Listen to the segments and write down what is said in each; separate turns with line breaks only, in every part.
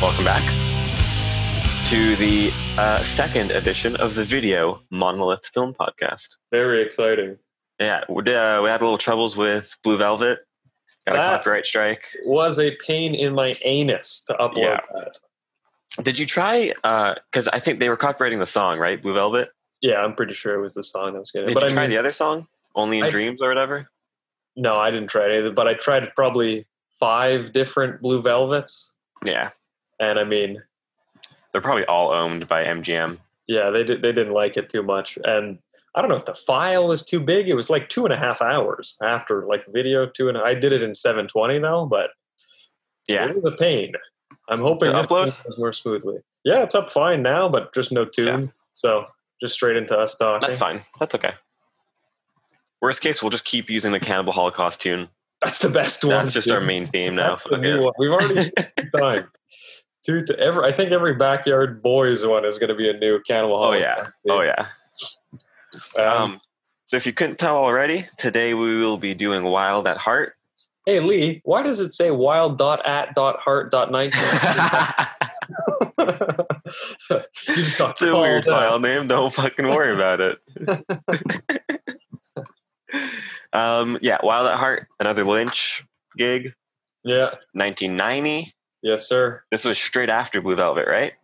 welcome back to the uh, second edition of the video Monolith Film Podcast.
Very exciting.
Yeah, we, uh, we had a little troubles with Blue Velvet. Got a
That-
copyright strike.
It was a pain in my anus to upload
Yeah.
that.
Did you try? Because I think they were copyrighting the song, right? Blue Velvet.
Yeah, I'm pretty sure it was the song I was getting.
Did
but
you
I
try
mean,
the other song, "Only in
I-
Dreams" or whatever?
no, I didn't try it either. But I tried probably five different Blue Velvets,
Yeah,
and I mean,
they're probably all owned by MGM.
yeah, they did, they didn't like it too much. And I don't know if the file was too big. It was like two and a half hours after like video two and I did it in 720 though, but
Yeah,
it was a pain. I'm hoping
The
this
upload?
one goes more smoothly. Yeah, it's up fine now, but just no tune. So just straight into us talking.
that's fine. That's okay. Worst case, we'll just keep using the Cannibal Holocaust tune.
That's the best one.
That's just our
dude.
main theme now.
That's the
Fuck
new
it.
one. We've already done. Dude, to every, I think every backyard boys one is going to be a new Cannibal
Oh yeah.
Holocaust.
Oh yeah.
yeah. Um,
Um, so if you couldn't tell already, today we will be doing Wild at Heart.
hey Lee, why does it say wild dot at dot heart dot nineteen? You've got
it's a weird
called out.
file name. Don't fucking worry about it. um, yeah, Wild at Heart, another Lynch gig,
Yeah.
1990.
Yes, sir.
This was straight after Blue Velvet, right?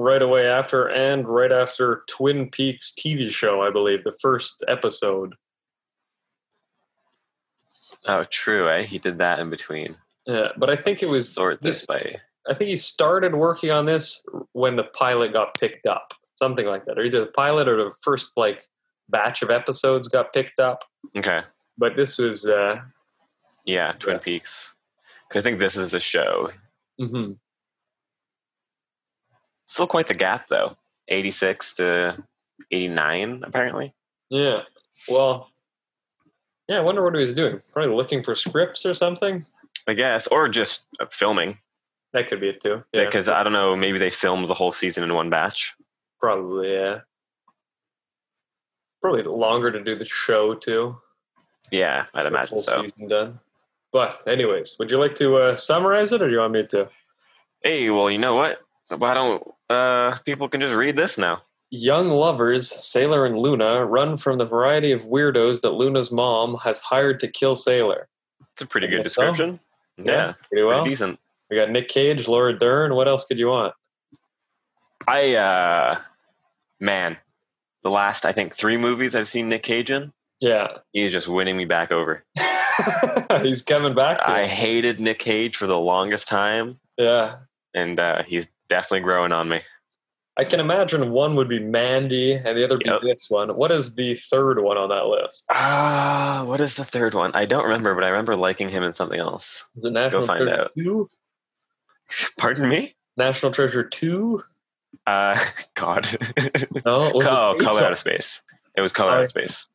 Right away after, and right after Twin Peaks TV show, I believe the first episode.
Oh, true. Eh? He did that in between.
Yeah, but I think it was.
sort this
this-
way.
I think he started working on this when the pilot got picked up, something like that, or either the pilot or the first like batch of episodes got picked up.
Okay.
But this was, uh,
Yeah, Twin
Yeah.
Peaks. 'Cause I think this is the show.
mhm.
Still quite the gap, though. 86 to 89, apparently.
yeah. Well, yeah. I wonder what he was doing. Probably looking for scripts or something.
I guess, or just uh, filming.
That could be it too. Yeah,
Because I don't know, maybe they filmed the whole season in one batch.
probably. Yeah. Probably longer to do the show too.
Yeah, I'd imagine
Full
so.
Season done. But anyways, would you like to uh, summarize it, or do you want me to?
Hey, well, you know what? Why don't uh, people can just read this now?
Young lovers, Sailor and Luna, run from the variety of weirdos that Luna's mom has hired to kill Sailor.
It's a pretty
I
good
guess so.
description. Yeah,
pretty
pretty
well.
decent.
We got Nick Cage, Laura Dern. What else could you want?
I, uh, man, the last, I think, three movies I've seen Nick Cage in,
Yeah,
he's just winning me back over.
he's coming back. to
I
it.
hated Nick Cage for the longest time,
yeah,
and uh, he's definitely growing on me.
I can imagine one would be Mandy, and the other be
Yep.
this one. What is the third one on that list?
Ah, what is the third one? I don't remember, but I remember liking him in something else.
Is it National
find
Treasure
out.
Two?
Pardon me?
National Treasure Two?
Uh, God.
No,
oh,
what is it?
Color Out of Space. It was Color Out
Sorry.
of Space.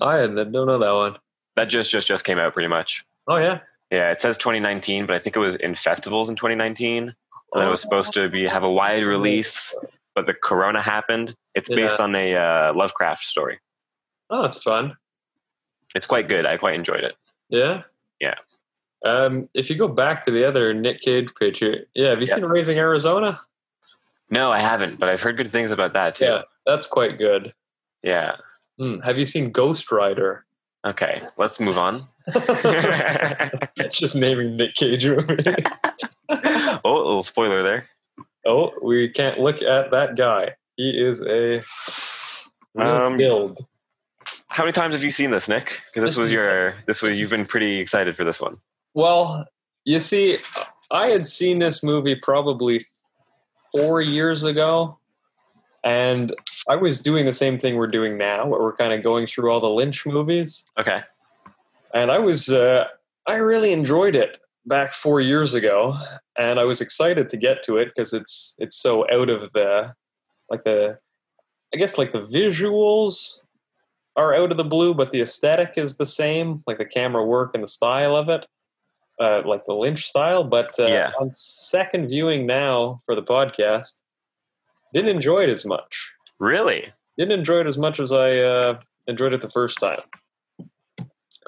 I don't know that one.
That just just just came out pretty much.
Oh yeah,
Yeah, it says 2019, but I think it was in festivals in 2019. And then it was
Oh.
supposed to be have a wide release, but the corona happened. It's
Yeah.
based on a uh, Lovecraft story.
Oh, that's fun.
It's quite good. I quite enjoyed it.
Yeah.
Yeah.
Um, if you go back to the other Nick Cage page here, yeah, have you
Yeah.
seen Raising Arizona?
No, I haven't, but I've heard good things about that too.
Yeah, that's quite good.
Yeah.
Hmm, Have you seen Ghost Rider?
Okay, let's move on.
Just naming Nick Cage movie.
oh, a little spoiler there.
oh, we can't look at that guy. He is a real
Um,
build.
How many times have you seen this, Nick? 'Cause this
This
was
is-
your this was you've been pretty excited for this one.
Well, you see, I had seen this movie probably four years ago, and I was doing the same thing we're doing now, where we're kind of going through all the Lynch movies.
Okay.
and I was uh, I really enjoyed it back four years ago, and I was excited to get to it because it's it's so out of the like the I guess like the visuals are out of the blue, but the aesthetic is the same, like the camera work and the style of it, uh, like the Lynch style. But uh,
Yeah.
on second viewing now for the podcast, didn't enjoy it as much.
Really?
Didn't enjoy it as much as I uh, enjoyed it the first time.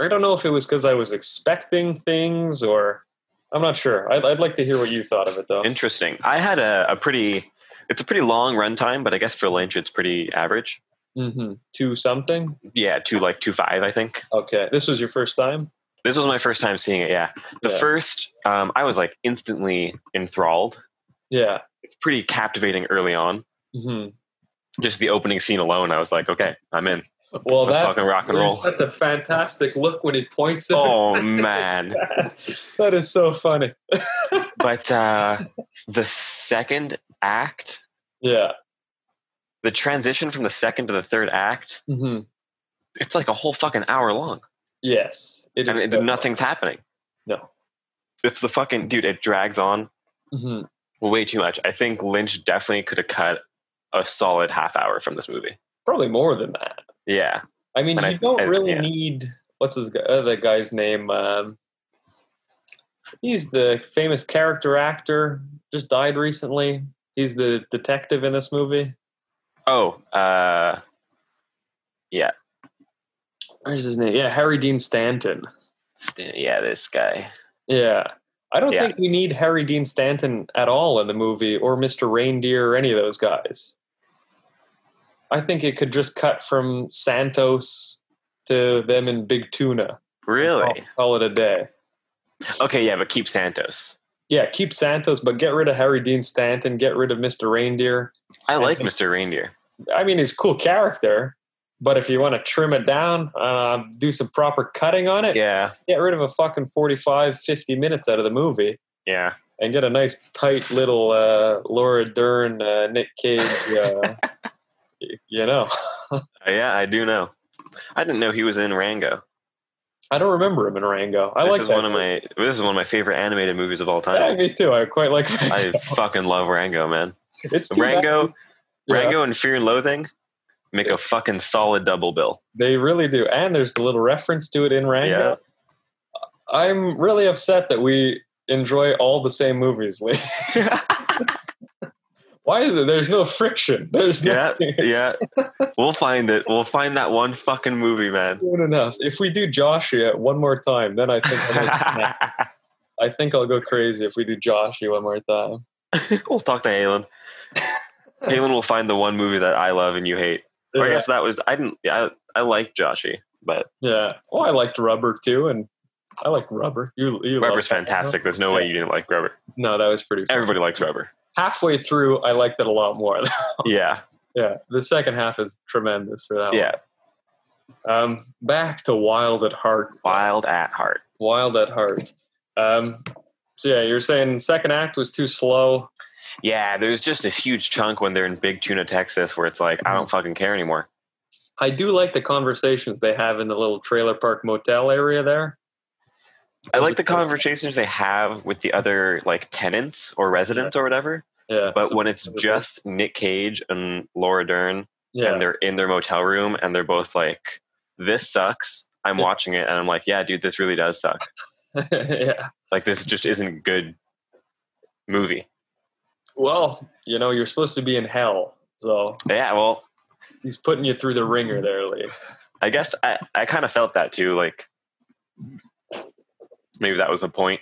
I don't know if it was because I was expecting things or I'm not sure. I'd, I'd like to hear what you thought of it, though.
Interesting. I had a, a pretty. It's a pretty long runtime, but I guess for Lynch, it's pretty average.
Mm-hmm. Two something.
Yeah, two like two five, I think.
Okay, this was your first time.
This was my first time seeing it. Yeah, the
Yeah.
first, um, I was like instantly enthralled.
Yeah.
It's pretty captivating early on.
hmm
Just the opening scene alone, I was like, okay, I'm in.
Well,
Let's
that
fucking rock and roll.
That's a fantastic look when he points at
Oh man!
that is so funny.
But uh, the second act,
Yeah.
the transition from the second to the third act,
hmm
it's like a whole fucking hour long,
Yes. It
and it, nothing's happening.
No.
it's the fucking dude. It drags on
hmm
way too much. I think Lynch definitely could have cut a solid half hour from this movie.
Probably more than that.
Yeah,
I mean,
And
you
I-
don't
I-
really
yeah.
need what's his gu- uh, the guy's name. Um, he's the famous character actor. Just died recently. He's the detective in this movie.
Oh, uh,
Where's his name? Yeah, Harry Dean Stanton.
st- yeah, this guy.
Yeah, I don't
Yeah.
think we need Harry Dean Stanton at all in the movie, or Mr. Reindeer, or any of those guys. I think it could just cut from Santos to them in Big Tuna.
Really?
Call it a day. Oh.
Okay, yeah, but keep Santos.
Yeah, keep Santos, but get rid of Harry Dean Stanton, get rid of Mr. Reindeer.
I like
think-
Mr. Reindeer.
I mean, he's a cool character, but if you want to trim it down, uh, do some proper cutting on it,
Yeah,
get rid of a fucking 45, 50 minutes out of the movie
yeah.
and get a nice, tight little uh, Laura Dern, uh, Nick Cage, uh, y- you know.
Uh, Yeah, I do know. I didn't know he was in Rango.
I don't remember him in Rango. I
this
like
is
that
one of my this is one of my favorite animated movies of all
movie. Yeah,
time.
me too. I quite like
I
Rango.
fucking love Rango, man.
It's too bad-
Rango,
Yeah.
Rango and Fear and Loathing make a fucking solid double bill.
They really do. And there's the little reference to it in Rango. I'm really upset that we enjoy all the same movies. Lee. Why is it there's no friction? There's
Yeah.
nothing.
yeah, we'll find it. We'll find that one fucking movie, man.
Good enough. If we do Joshua one more time, then I think I'll go, crazy. I think I'll go crazy if we do Joshua one more time.
we'll talk to Halen. Halen will find the one movie that I love and you hate. Or I
Yeah.
guess that was I didn't. I I like Joshy, but
yeah. Well, I liked Rubber too, and I like Rubber. You, you like
Rubber's
that one?
fantastic. There's no way you didn't like Rubber.
No, that was pretty. Fun.
Everybody likes Rubber.
Halfway through, I liked it a lot more.
Yeah,
yeah, the second half is tremendous for that. one.
yeah.
Um, back to Wild at Heart.
Wild at heart.
Wild at Heart. Um, so yeah, you're saying second act was too slow.
Yeah, there's just this huge chunk when they're in Big Tuna, Texas, where it's like I don't fucking care anymore.
I do like the conversations they have in the little trailer park motel area there.
I like the conversations they have with the other like tenants or residents or whatever.
Yeah,
But when it's just Nick Cage and Laura Dern
yeah,
and they're in their motel room and they're both like, "This sucks." I'm
Yeah.
watching it and I'm like, "Yeah, dude, this really does suck."
yeah.
Like this just isn't good movie.
Well, you know, you're supposed to be in hell, so
Yeah, well,
he's putting you through the ringer there, Lee.
I guess I I kind of felt that too. Like maybe that was the point.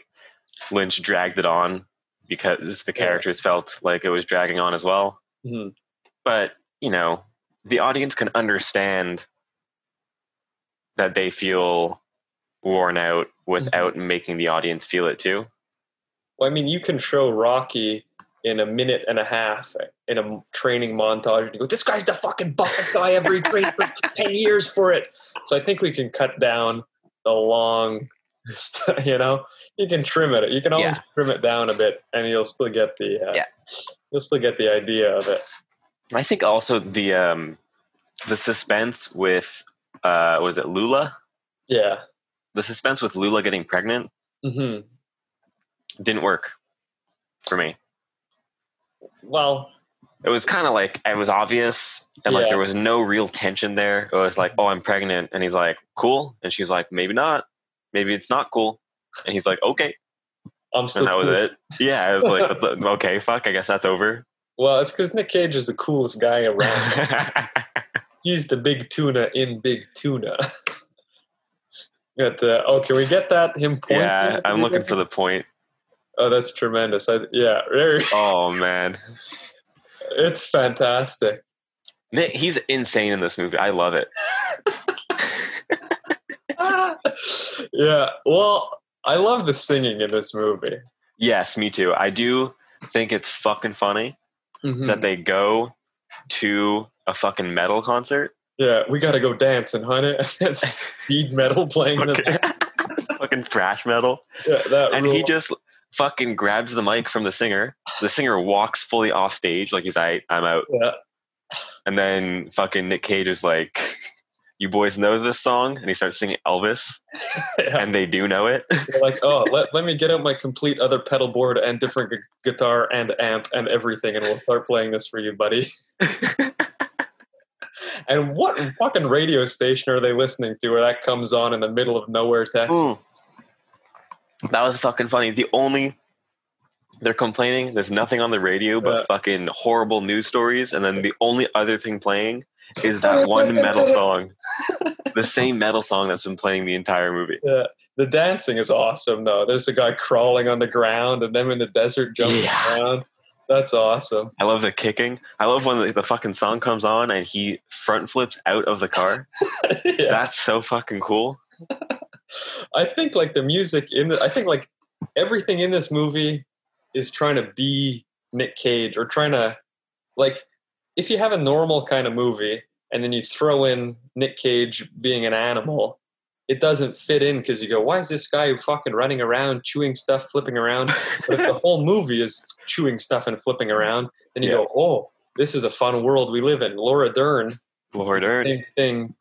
Lynch dragged it on because the characters felt like it was dragging on as well.
Mhm.
But you know, the audience can understand that they feel worn out without making the audience feel it too.
Well, I mean, you can show Rocky in a minute and a half in a training montage, and you go, "This guy's the fucking Buffett guy. Every trained for ten years for it." So I think we can cut down the long, st- you know, you can trim it. You can always trim it down a bit, and you'll still get the uh,
Yeah.
you'll still get the idea of it.
I think also the um the suspense with uh was it Lula?
Yeah.
The suspense with Lula getting pregnant
hmm
didn't work for me.
Well,
it was kind of like it was obvious and like
Yeah.
there was no real tension there it was like oh i'm pregnant and he's like cool and she's like maybe not maybe it's not cool and he's like okay
I'm still.
and that was
cool.
it yeah i was like what the- okay fuck i guess that's over
Well, it's because Nick Cage is the coolest guy around. He's the big tuna in big tuna. But, uh, oh, can we get that him pointing?
yeah i'm looking for the point
Oh, that's tremendous. I, yeah, very,
Oh man,
it's fantastic.
Nick, he's insane in this movie. I love it.
yeah, well, I love the singing in this movie.
Yes, me too. I do think it's fucking funny
Hmm.
that they go to a fucking metal concert.
Yeah, we gotta go dancing, honey. That's speed metal playing. in The,
fucking, fucking thrash metal.
yeah, that
And he
rule.
just fucking grabs the mic from the singer. The singer walks fully off stage, like he's I I'm out.
Yeah.
And then fucking Nick Cage is like, You boys know this song? And he starts singing Elvis.
Yeah.
And they do know it.
They're like, oh, let, let me get out my complete other pedal board and different gu- guitar and amp and everything, and we'll start playing this for you, buddy. and what fucking radio station are they listening to where that comes on in the middle of nowhere, Texas?
Mm. That was fucking funny. The only they're complaining there's nothing on the radio but
Yeah.
fucking horrible news stories, and then the only other thing playing is that one metal song. the same metal song that's been playing the entire movie.
Yeah. The dancing is awesome, though. There's a guy crawling on the ground and them in the desert jumping
Yeah.
around. That's awesome.
I love the kicking. I love when the, the fucking song comes on and he front flips out of the car.
yeah.
That's so fucking cool.
I think like the music in the, I think like everything in this movie is trying to be Nick Cage or trying to like if you have a normal kind of movie and then you throw in Nick Cage being an animal, it doesn't fit in because you go, why is this guy fucking running around, chewing stuff, flipping around? But if the whole movie is chewing stuff and flipping around, then you
Yeah.
go, oh, this is a fun world we live in. Laura Dern
Lord Earn.
same thing,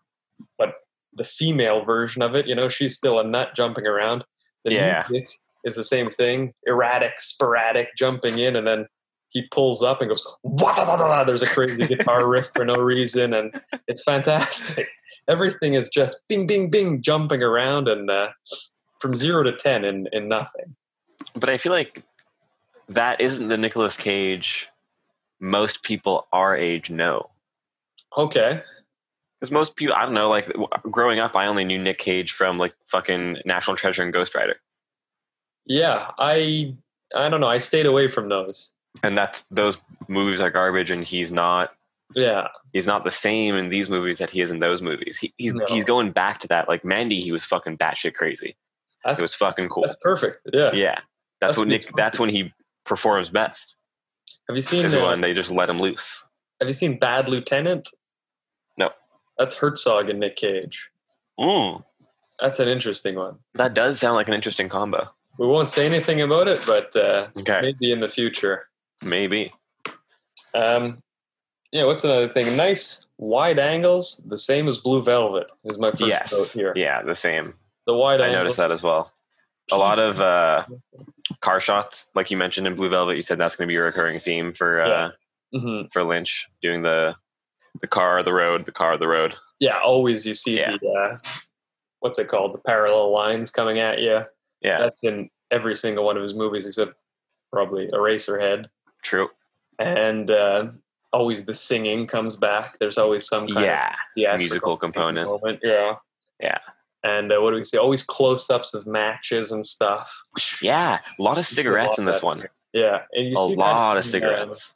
but the female version of it. You know, she's still a nut jumping around. The
Yeah.
music is the same thing: erratic, sporadic, jumping in, and then he pulls up and goes. "Wah, da, da, da, da." There's a crazy guitar riff for no reason, and it's fantastic. Everything is just bing, bing, bing, jumping around, and uh, from zero to ten in in nothing.
But I feel like that isn't the Nicolas Cage most people our age know.
Okay,
Because most people, I don't know, like w- growing up, I only knew Nick Cage from like fucking National Treasure and Ghost Rider,
yeah, I I don't know. I stayed away from those.
and that's those movies are garbage, and he's not.
Yeah,
He's not the same in these movies that he is in those movies. He, he's
No.
he's going back to that. Like Mandy, he was fucking batshit crazy.
that's
It was fucking cool.
that's perfect. Yeah.
yeah, that's,
That's
when
good
Nick. That's when he performs best.
Have you seen
Is
uh,
when they just let him loose.
Have you seen Bad Lieutenant?
No.
That's Herzog and Nick Cage.
Mm,
That's an interesting one.
that does sound like an interesting combo.
We won't say anything about it, but uh,
Okay,
maybe in the future.
maybe.
Um, yeah, what's another thing? Nice wide angles, the same as Blue Velvet, is my first note
Yes.
here.
Yeah, the same.
The wide
I
angle.
noticed that as well. A lot of uh, car shots, like you mentioned in Blue Velvet, you said that's going to be a recurring theme for uh,
Yeah. Mhm.
for Lynch doing the the car, the road, the car, the road.
Yeah, always you see
Yeah.
the, uh, what's it called? The parallel lines coming at you.
Yeah,
That's in every single one of his movies except probably Eraserhead.
true.
And uh, always the singing comes back. There's always some kind of
Yeah,
theatrical
Musical
singing
component.
moment. Yeah.
Yeah.
And uh, what do we see? Always close ups of matches and stuff.
yeah. A lot of cigarettes in this
that.
one.
Yeah. And you
A
see that
lot of
in, uh,
cigarettes.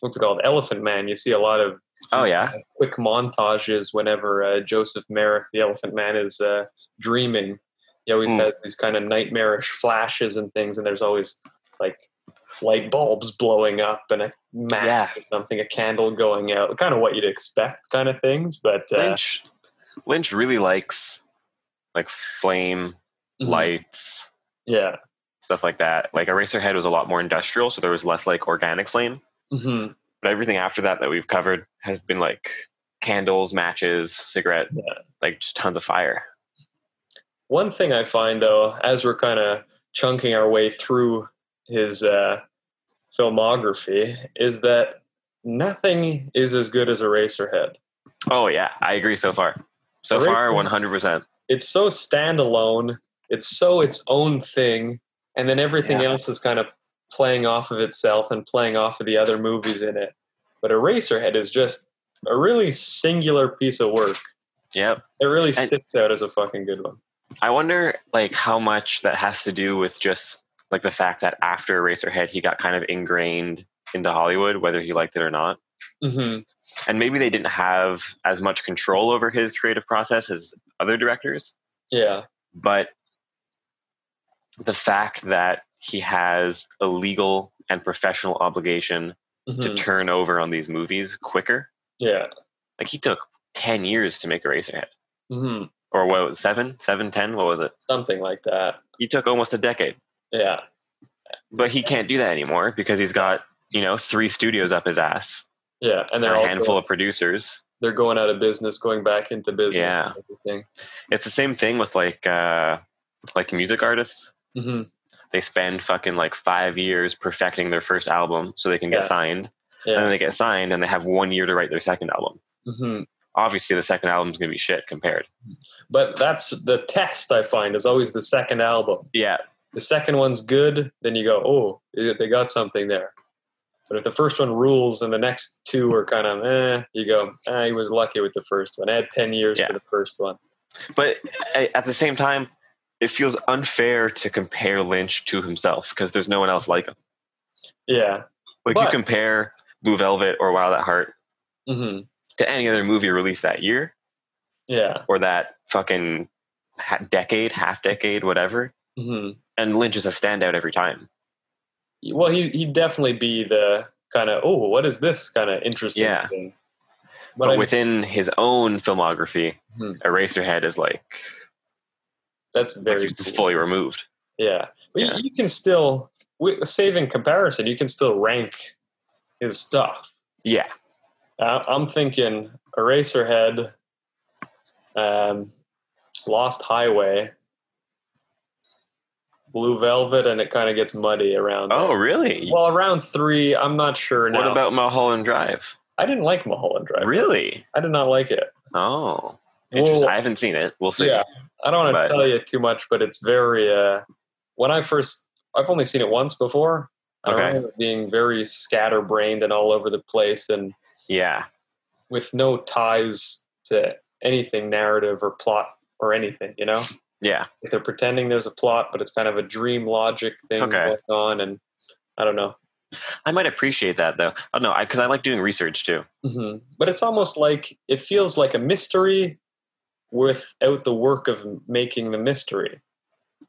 what's it called? Elephant Man. You see a lot of
Oh yeah,
uh, quick montages whenever uh, Joseph Merrick, the Elephant Man, is uh, dreaming. He always
Mm.
has these kind of nightmarish flashes and things, and there's always like light bulbs blowing up and a match
Yeah.
or something, a candle going out, kind of what you'd expect, kind of things. But uh,
Lynch. Lynch really likes like flame lights
mm-hmm. yeah.
stuff like that. Like Eraserhead was a lot more industrial, so there was less like organic flame.
hmm
But everything after that that we've covered has been like candles, matches, cigarette,
Yeah.
like just tons of fire.
One thing I find though, as we're kind of chunking our way through his uh, filmography, is that nothing is as good as Eraserhead.
Oh yeah, I agree so far. So
Eraserhead-
far, one hundred percent.
It's so standalone. It's so its own thing, and then everything
Yeah.
else is kind of playing off of itself and playing off of the other movies in it. But Eraserhead is just a really singular piece of work.
Yep.
It really
And-
sticks out as a fucking good one.
I wonder like how much that has to do with just like the fact that after Eraserhead, he got kind of ingrained into Hollywood, whether he liked it or not. Mm-hmm.
hmm
And maybe they didn't have as much control over his creative process as other directors,
Yeah.
but the fact that he has a legal and professional obligation to
Mhm.
turn over on these movies quicker.
Yeah.
Like he took 10 years to make Eraserhead.
hmm
Or what was it, seven? Seven, ten? What was it?
Something like that.
He took almost a decade.
Yeah.
But he can't do that anymore because he's got, you know, three studios up his ass
Yeah. And
and
they're
a
all
handful
going-
of producers.
they're going out of business, going back into business.
Yeah.
and Everything.
It's the same thing with like uh like music artists.
hmm
They spend fucking like five years perfecting their first album so they can get
Yeah.
signed. And then
Yeah.
they get signed and they have one year to write their second album.
hmm
Obviously the second album's gonna be shit compared.
But that's the test I find is always the second album.
Yeah.
The second one's good, then you go, oh, they they got something there. But if the first one rules and the next two are kind of, eh, you go, eh, he was lucky with the first one. I had 10 years
Yeah.
for the first one.
But a- at the same time, it feels unfair to compare Lynch to himself because there's no one else like him.
Yeah.
Like you
But-
compare Blue Velvet or Wild at Heart
hmm
to any other movie released that year
Yeah.
or that fucking ha- decade, half decade, whatever.
hmm
And Lynch is a standout every time.
Well, he, he'd definitely be the kind of, oh, what is this kind of interesting
Yeah.
thing? But,
But
I-
within his own filmography,
Hmm.
Eraserhead is like
that's very
it's
cool.
fully removed.
Yeah, but
Yeah.
You, you can still, wi- save in comparison, you can still rank his stuff.
Yeah,
Uh, I'm thinking Eraserhead, um, Lost Highway, Blue Velvet, and it kind of gets muddy around.
Oh,
there.
really?
well, around three, I'm not sure
what
now.
about Mulholland Drive?
I didn't like Mulholland Drive.
Really?
I did not like it.
Oh,
Well-
interesting. I haven't seen it. We'll see.
Yeah, I don't want
But-
to tell you too much, but it's very. Uh, when I first, I've only seen it once before. I
Okay.
remember it being very scatterbrained and all over the place, and
yeah.
with no ties to anything narrative or plot or anything. You know,
Yeah.
Like, they're pretending there's a plot, but it's kind of a dream logic thing
Okay.
going on, and I don't know.
I might appreciate that though. Oh no, because I, like doing research too.
hmm But it's almost like it feels like a mystery without the work of making the mystery.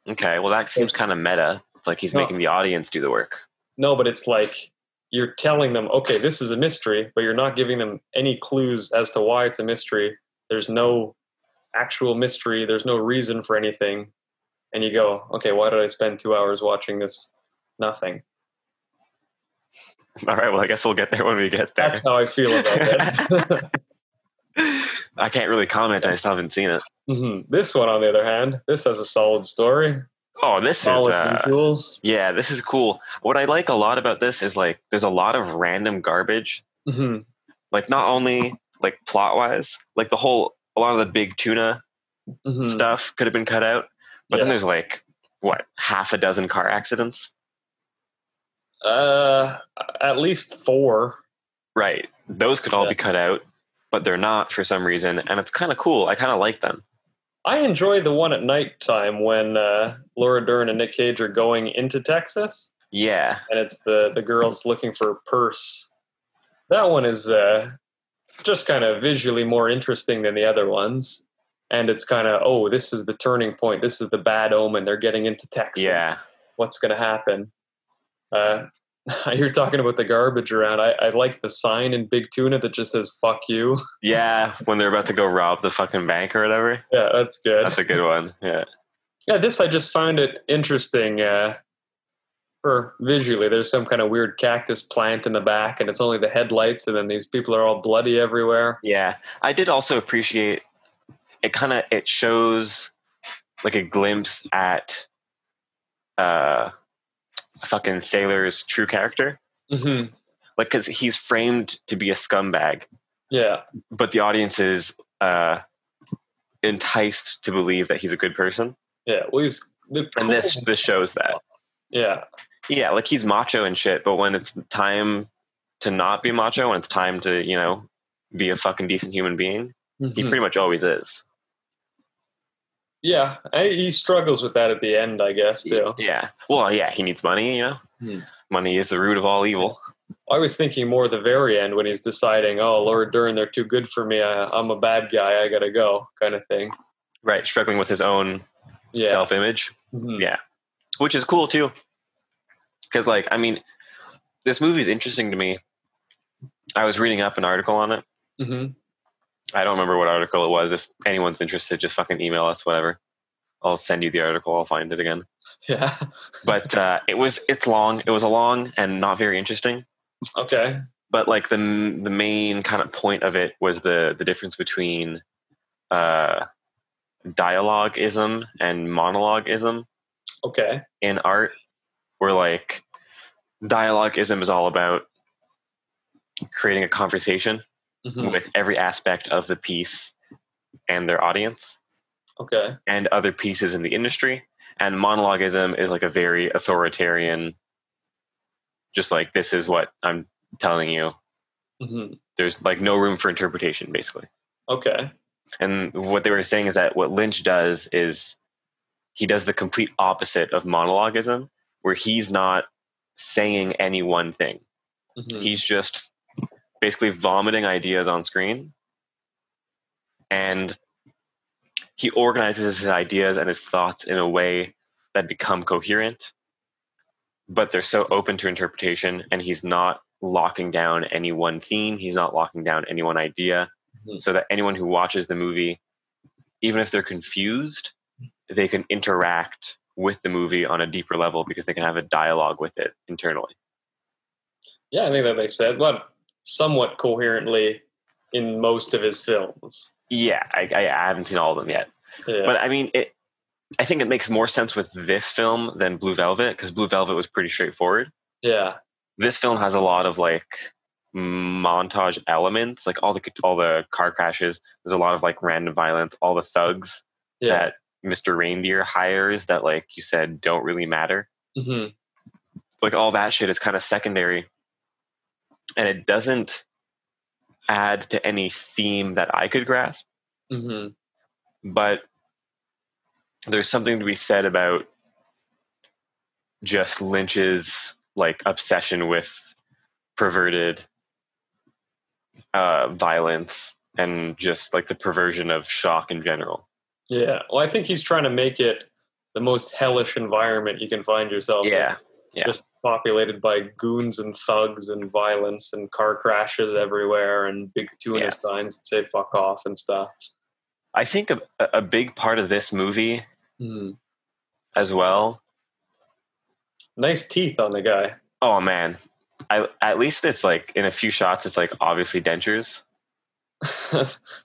Okay, well that seems kind of meta. It's like he's
No.
making the audience do the work.
No, but it's like you're telling them, okay, this is a mystery, but you're not giving them any clues as to why it's a mystery. There's no actual mystery, there's no reason for anything. And you go, okay, why did I spend two hours watching this? Nothing.
All right, well I guess we'll get there when we get there.
That's how I feel about it.
I can't really comment. I still haven't seen it.
Mhm. This one, on the other hand, this has a solid story,
Oh, this is
solid
uh,
visuals.
yeah, this is cool. What I like a lot about this is like there's a lot of random garbage.
Mhm.
Like not only like plot wise, like the whole a lot of the big tuna
Mhm.
stuff could have been cut out. But then
Yeah.
there's like what half a dozen car accidents,
Uh, at least four.
right? Those could all
Yeah.
be cut out, but they're not for some reason, and it's kind of cool. I kind of like them.
I enjoy the one at nighttime when uh, Laura Dern and Nick Cage are going into Texas,
Yeah,
and it's the the girls looking for a purse. That one is uh, just kind of visually more interesting than the other ones, and it's kind of oh, this is the turning point. This is the bad omen. They're getting into Texas.
yeah,
what's going to happen? Uh, you're talking about the garbage around. I, I like the sign in Big Tuna that just says "fuck you."
yeah. When they're about to go rob the fucking bank or whatever,
Yeah, that's good.
that's a good one. Yeah,
Yeah, this I just found it interesting. Uh, for visually, there's some kind of weird cactus plant in the back, and it's only the headlights, and then these people are all bloody everywhere.
yeah. I did also appreciate it. Kind of it shows like a glimpse at uh fucking Sailor's true character,
Mm-hmm.
like because he's framed to be a scumbag,
Yeah,
but the audience is uh, enticed to believe that he's a good person,
yeah. Well, he's the
and
cool-
this this shows that.
Yeah,
Yeah, like he's macho and shit, but when it's time to not be macho, when it's time to you know be a fucking decent human being, he
Mhm.
pretty much always is.
yeah, I, he struggles with that at the end, I guess. Too.
Yeah. Well, yeah, he needs money, you know?
Hmm.
Money is the root of all evil.
I was thinking more the very end when he's deciding, oh Lord Dern, they're too good for me. I, I'm a bad guy. I gotta go, kind of thing.
Right. Struggling with his own
Yeah.
self image,
Mhm.
which is cool too. Because, like, I mean, this movie is interesting to me. I was reading up an article on it.
Mhm.
I don't remember what article it was. If anyone's interested, just fucking email us, whatever. I'll send you the article. I'll find it again.
Yeah.
But uh, it was it's long. It was a long and not very interesting.
Okay.
but like the the main kind of point of it was the the difference between uh dialogueism and monologueism
Okay.
in art where like dialogueism is all about creating a conversation
Mhm.
with every aspect of the piece and their audience
Okay.
and other pieces in the industry and monologueism is like a very authoritarian just like this is what i'm telling you
Mhm.
there's like no room for interpretation basically
Okay.
and what they were saying is that what lynch does is he does the complete opposite of monologuism where he's not saying any one thing
Mhm.
he's just basically vomiting ideas on screen and he organizes his ideas and his thoughts in a way that become coherent but they're so open to interpretation and he's not locking down any one theme he's not locking down any one idea
Mhm.
so that anyone who watches the movie even if they're confused they can interact with the movie on a deeper level because they can have a dialogue with it internally
Yeah, I think that makes sense. But somewhat coherently in most of his films.
yeah i, I I haven't seen all of them yet
Yeah.
But I mean, it. I think it makes more sense with this film than Blue Velvet because Blue Velvet was pretty straightforward.
yeah.
This film has a lot of like montage elements, like all the all the car crashes. There's a lot of like random violence. All the thugs
Yeah.
that Mr. Reindeer hires that, like you said, don't really matter.
hmm
Like all that shit is kind of secondary, and it doesn't add to any theme that I could grasp.
hmm
but there's something to be said about just Lynch's like obsession with perverted uh, violence and just like the perversion of shock in general.
Yeah. Well, I think he's trying to make it the most hellish environment you can find yourself in.
Yeah, yeah.
Just populated by goons and thugs and violence and car crashes everywhere and big tuna
Yeah.
signs that say fuck off and stuff.
I think a, a big part of this movie Mm-hmm.
Mm.
as well.
Mm-hmm. Nice teeth on the guy.
Oh man, I at least it's like in a few shots, it's like obviously dentures.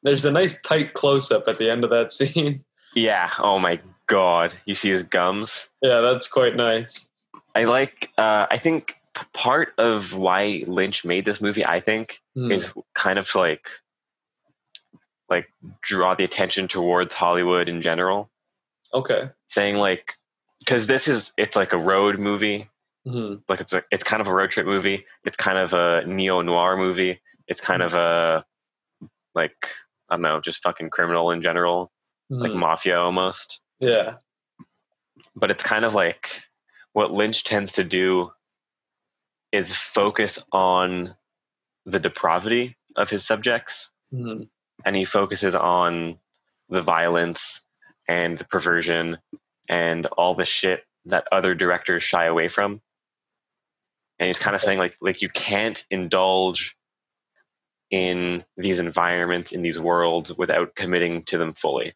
There's a nice tight close up at the end of that scene.
Yeah. Oh my god, you see his gums.
yeah, that's quite nice.
I like. Uh, I think p- part of why Lynch made this movie, I think,
Hmm.
is kind of like, like draw the attention towards Hollywood in general,
Okay.
saying like, because this is it's like a road movie,
hmm
like it's a, it's kind of a road trip movie, it's kind of a neo noir movie, it's kind of a like I don't know, just fucking criminal in general, like
Hmm.
mafia almost.
yeah.
but it's kind of like what Lynch tends to do is focus on the depravity of his subjects
hmm
Mm-hmm. and he focuses on the violence and the perversion and all the shit that other directors shy away from and he's kind of saying like like you can't indulge in these environments in these worlds without committing to them fully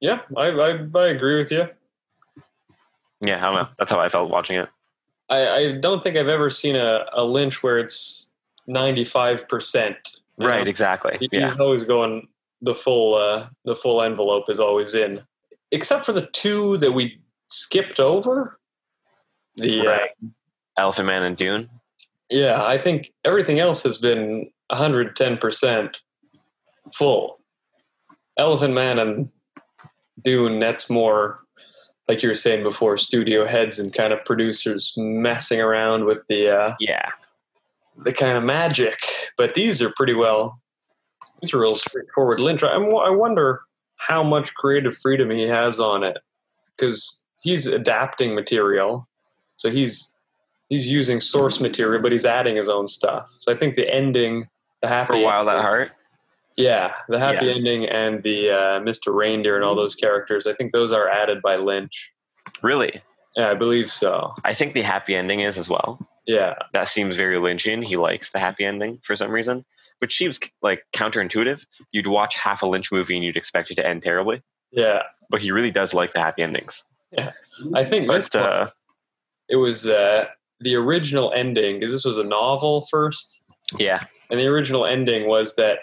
Yeah, I, I, I agree with you.
yeah i don't know that's how i felt watching it
I, I don't think I've ever seen a, a lynch where it's 95%. you know?
right exactly
He-
yeah
He's always going the full uh, the full envelope is always in. Except for the two that we skipped over. The, uh,
Right. Elephant Man and Dune.
yeah, I think everything else has been 110% full. Elephant Man and Dune, that's more, like you were saying before, studio heads and kind of producers messing around with the uh,
Yeah.
the kind of magic. But these are pretty well. These are real straightforward. Lynch. I'm, I wonder how much creative freedom he has on it because he's adapting material so he's he's using source material but he's adding his own stuff so i think the ending the happy
For Wild at
ending-
Heart.
yeah the happy
Yeah.
ending and the uh, mr reindeer and all those characters i think those are added by lynch
Really?
yeah i believe so
I think the happy ending is as well.
yeah
That seems very Lynchian. He likes the happy ending for some reason, which seems like counterintuitive. You'd watch half a Lynch movie and you'd expect it to end terribly,
yeah
but he really does like the happy endings.
i think this
But
one-
uh,
it was uh, the original ending because this was a novel first
yeah,
and the original ending was that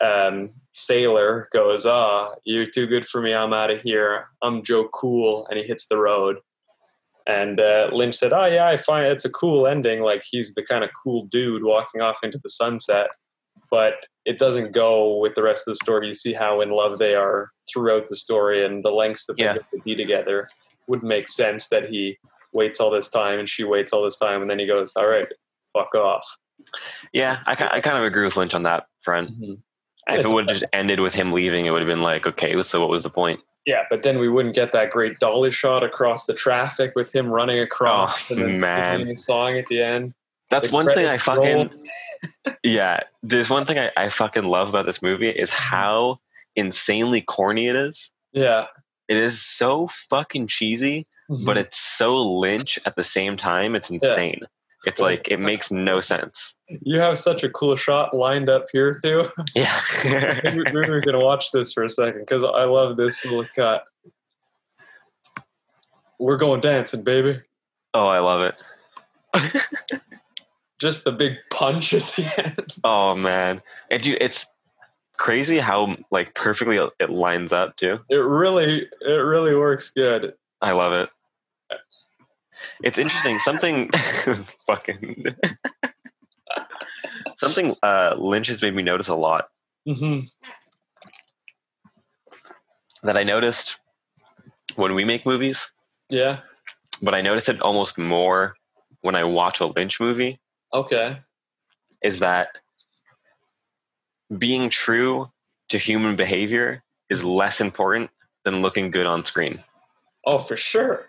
um, sailor goes ah you're too good for me i'm out of here i'm joe cool and he hits the road and uh, lynch said oh yeah i find it's a cool ending like he's the kind of cool dude walking off into the sunset but it doesn't go with the rest of the story you see how in love they are throughout the story and the lengths that they
Yeah.
have to be together would make sense that he waits all this time and she waits all this time and then he goes all right fuck off
yeah, I, ki- I kind of agree with Lynch on that front.
And
Mm-hmm. if it
it's-
would have just ended with him leaving, it would have been like, okay, so what was the point?
Yeah, but then we wouldn't get that great dolly shot across the traffic with him running across
Oh,
and then
man.
the theme song at the end.
That's
The
one thing I
credits roll.
fucking yeah. There's one thing I, I fucking love about this movie is how insanely corny it is.
Yeah.
It is so fucking cheesy,
Mm-hmm.
but it's so Lynch at the same time. It's insane. It's like it makes no sense.
you have such a cool shot lined up here too.
Yeah.
we we were gonna watch this for a second because I love this little cut. We're going dancing, baby.
oh, I love it.
Just the big punch at the end.
Oh man, and you, it's crazy how like perfectly it lines up too.
It really, it really works good.
I love it. It's interesting. Something fucking something uh, Lynch has made me notice a lot
hmm
that I noticed when we make movies,
Yeah.
but I notice it almost more when I watch a Lynch movie
Okay.
is that being true to human behavior is less important than looking good on screen.
Oh, for sure.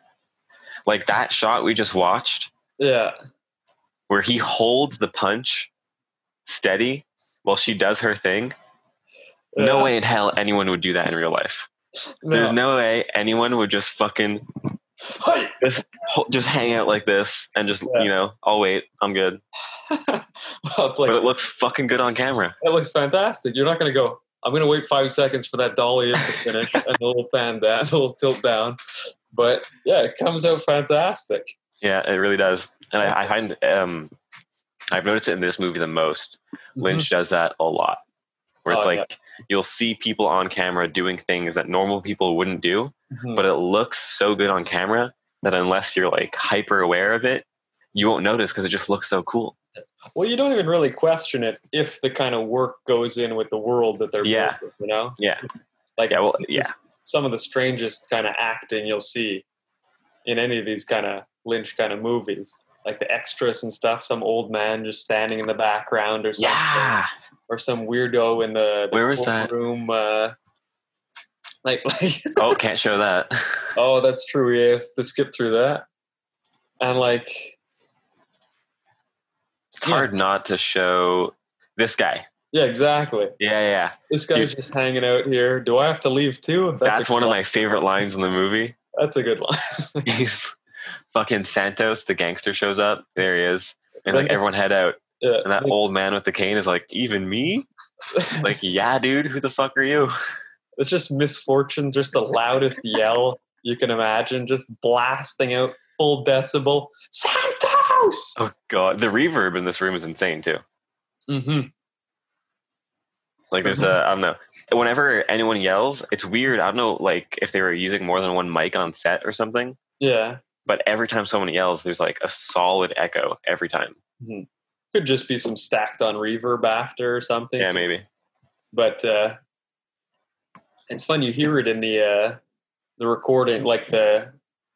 Like that shot we just watched
Yeah.
where he holds the punch steady while she does her thing. No
Yeah.
way in hell anyone would do that in real life. There's
No.
no way anyone would just fucking
Hey!
just ho- just hang out like this and just
Yeah.
you know. I'll wait. I'm good.
well, it's like
but it looks fucking good on camera.
it looks fantastic. You're not going to go. I'm going to wait five seconds for that dolly in to finish and a little fan down, a little tilt down. But yeah, it comes out fantastic.
Yeah, it really does. And I, I find um, I've noticed it in this movie the most. Lynch does that a lot, where it's
Oh, yeah.
like you'll see people on camera doing things that normal people wouldn't do,
Mhm.
but it looks so good on camera that unless you're like hyper aware of it, you won't notice because it just looks so cool.
well, you don't even really question it if the kind of work goes in with the world that they're
Yeah.
built with, you know,
Yeah,
like
yeah, well,
it's
yeah.
some of the strangest kind of acting you'll see in any of these kind of Lynch kind of movies, like the extras and stuff. Some old man just standing in the background or something.
Yeah.
or some weirdo in the, the
Where was that?
room uh, like like
Oh, can't show that.
oh that's true we have to skip through that and like
It's hard not to show this guy.
yeah exactly
Yeah, yeah.
this guy's
Dude.
just hanging out here do i have to leave too
That's,
a,
one of my favorite lines in the movie.
that's a good line
He's fucking Santos, the gangster, shows up. There he is. And like
Okay.
everyone head out.
yeah.
And that old man with the cane is like, even me? Like, yeah, dude, who the fuck are you?
it's just misfortune just the loudest yell you can imagine just blasting out full decibel santos
Oh god. The reverb in this room is insane too.
hmm
Like there's a I don't know. Whenever anyone yells, it's weird. I don't know like if they were using more than one mic on set or something.
yeah
But every time someone yells, there's like a solid echo every time.
could just be some stacked on reverb after or something
Yeah, maybe.
but uh, it's fun you hear it in the uh, the recording like the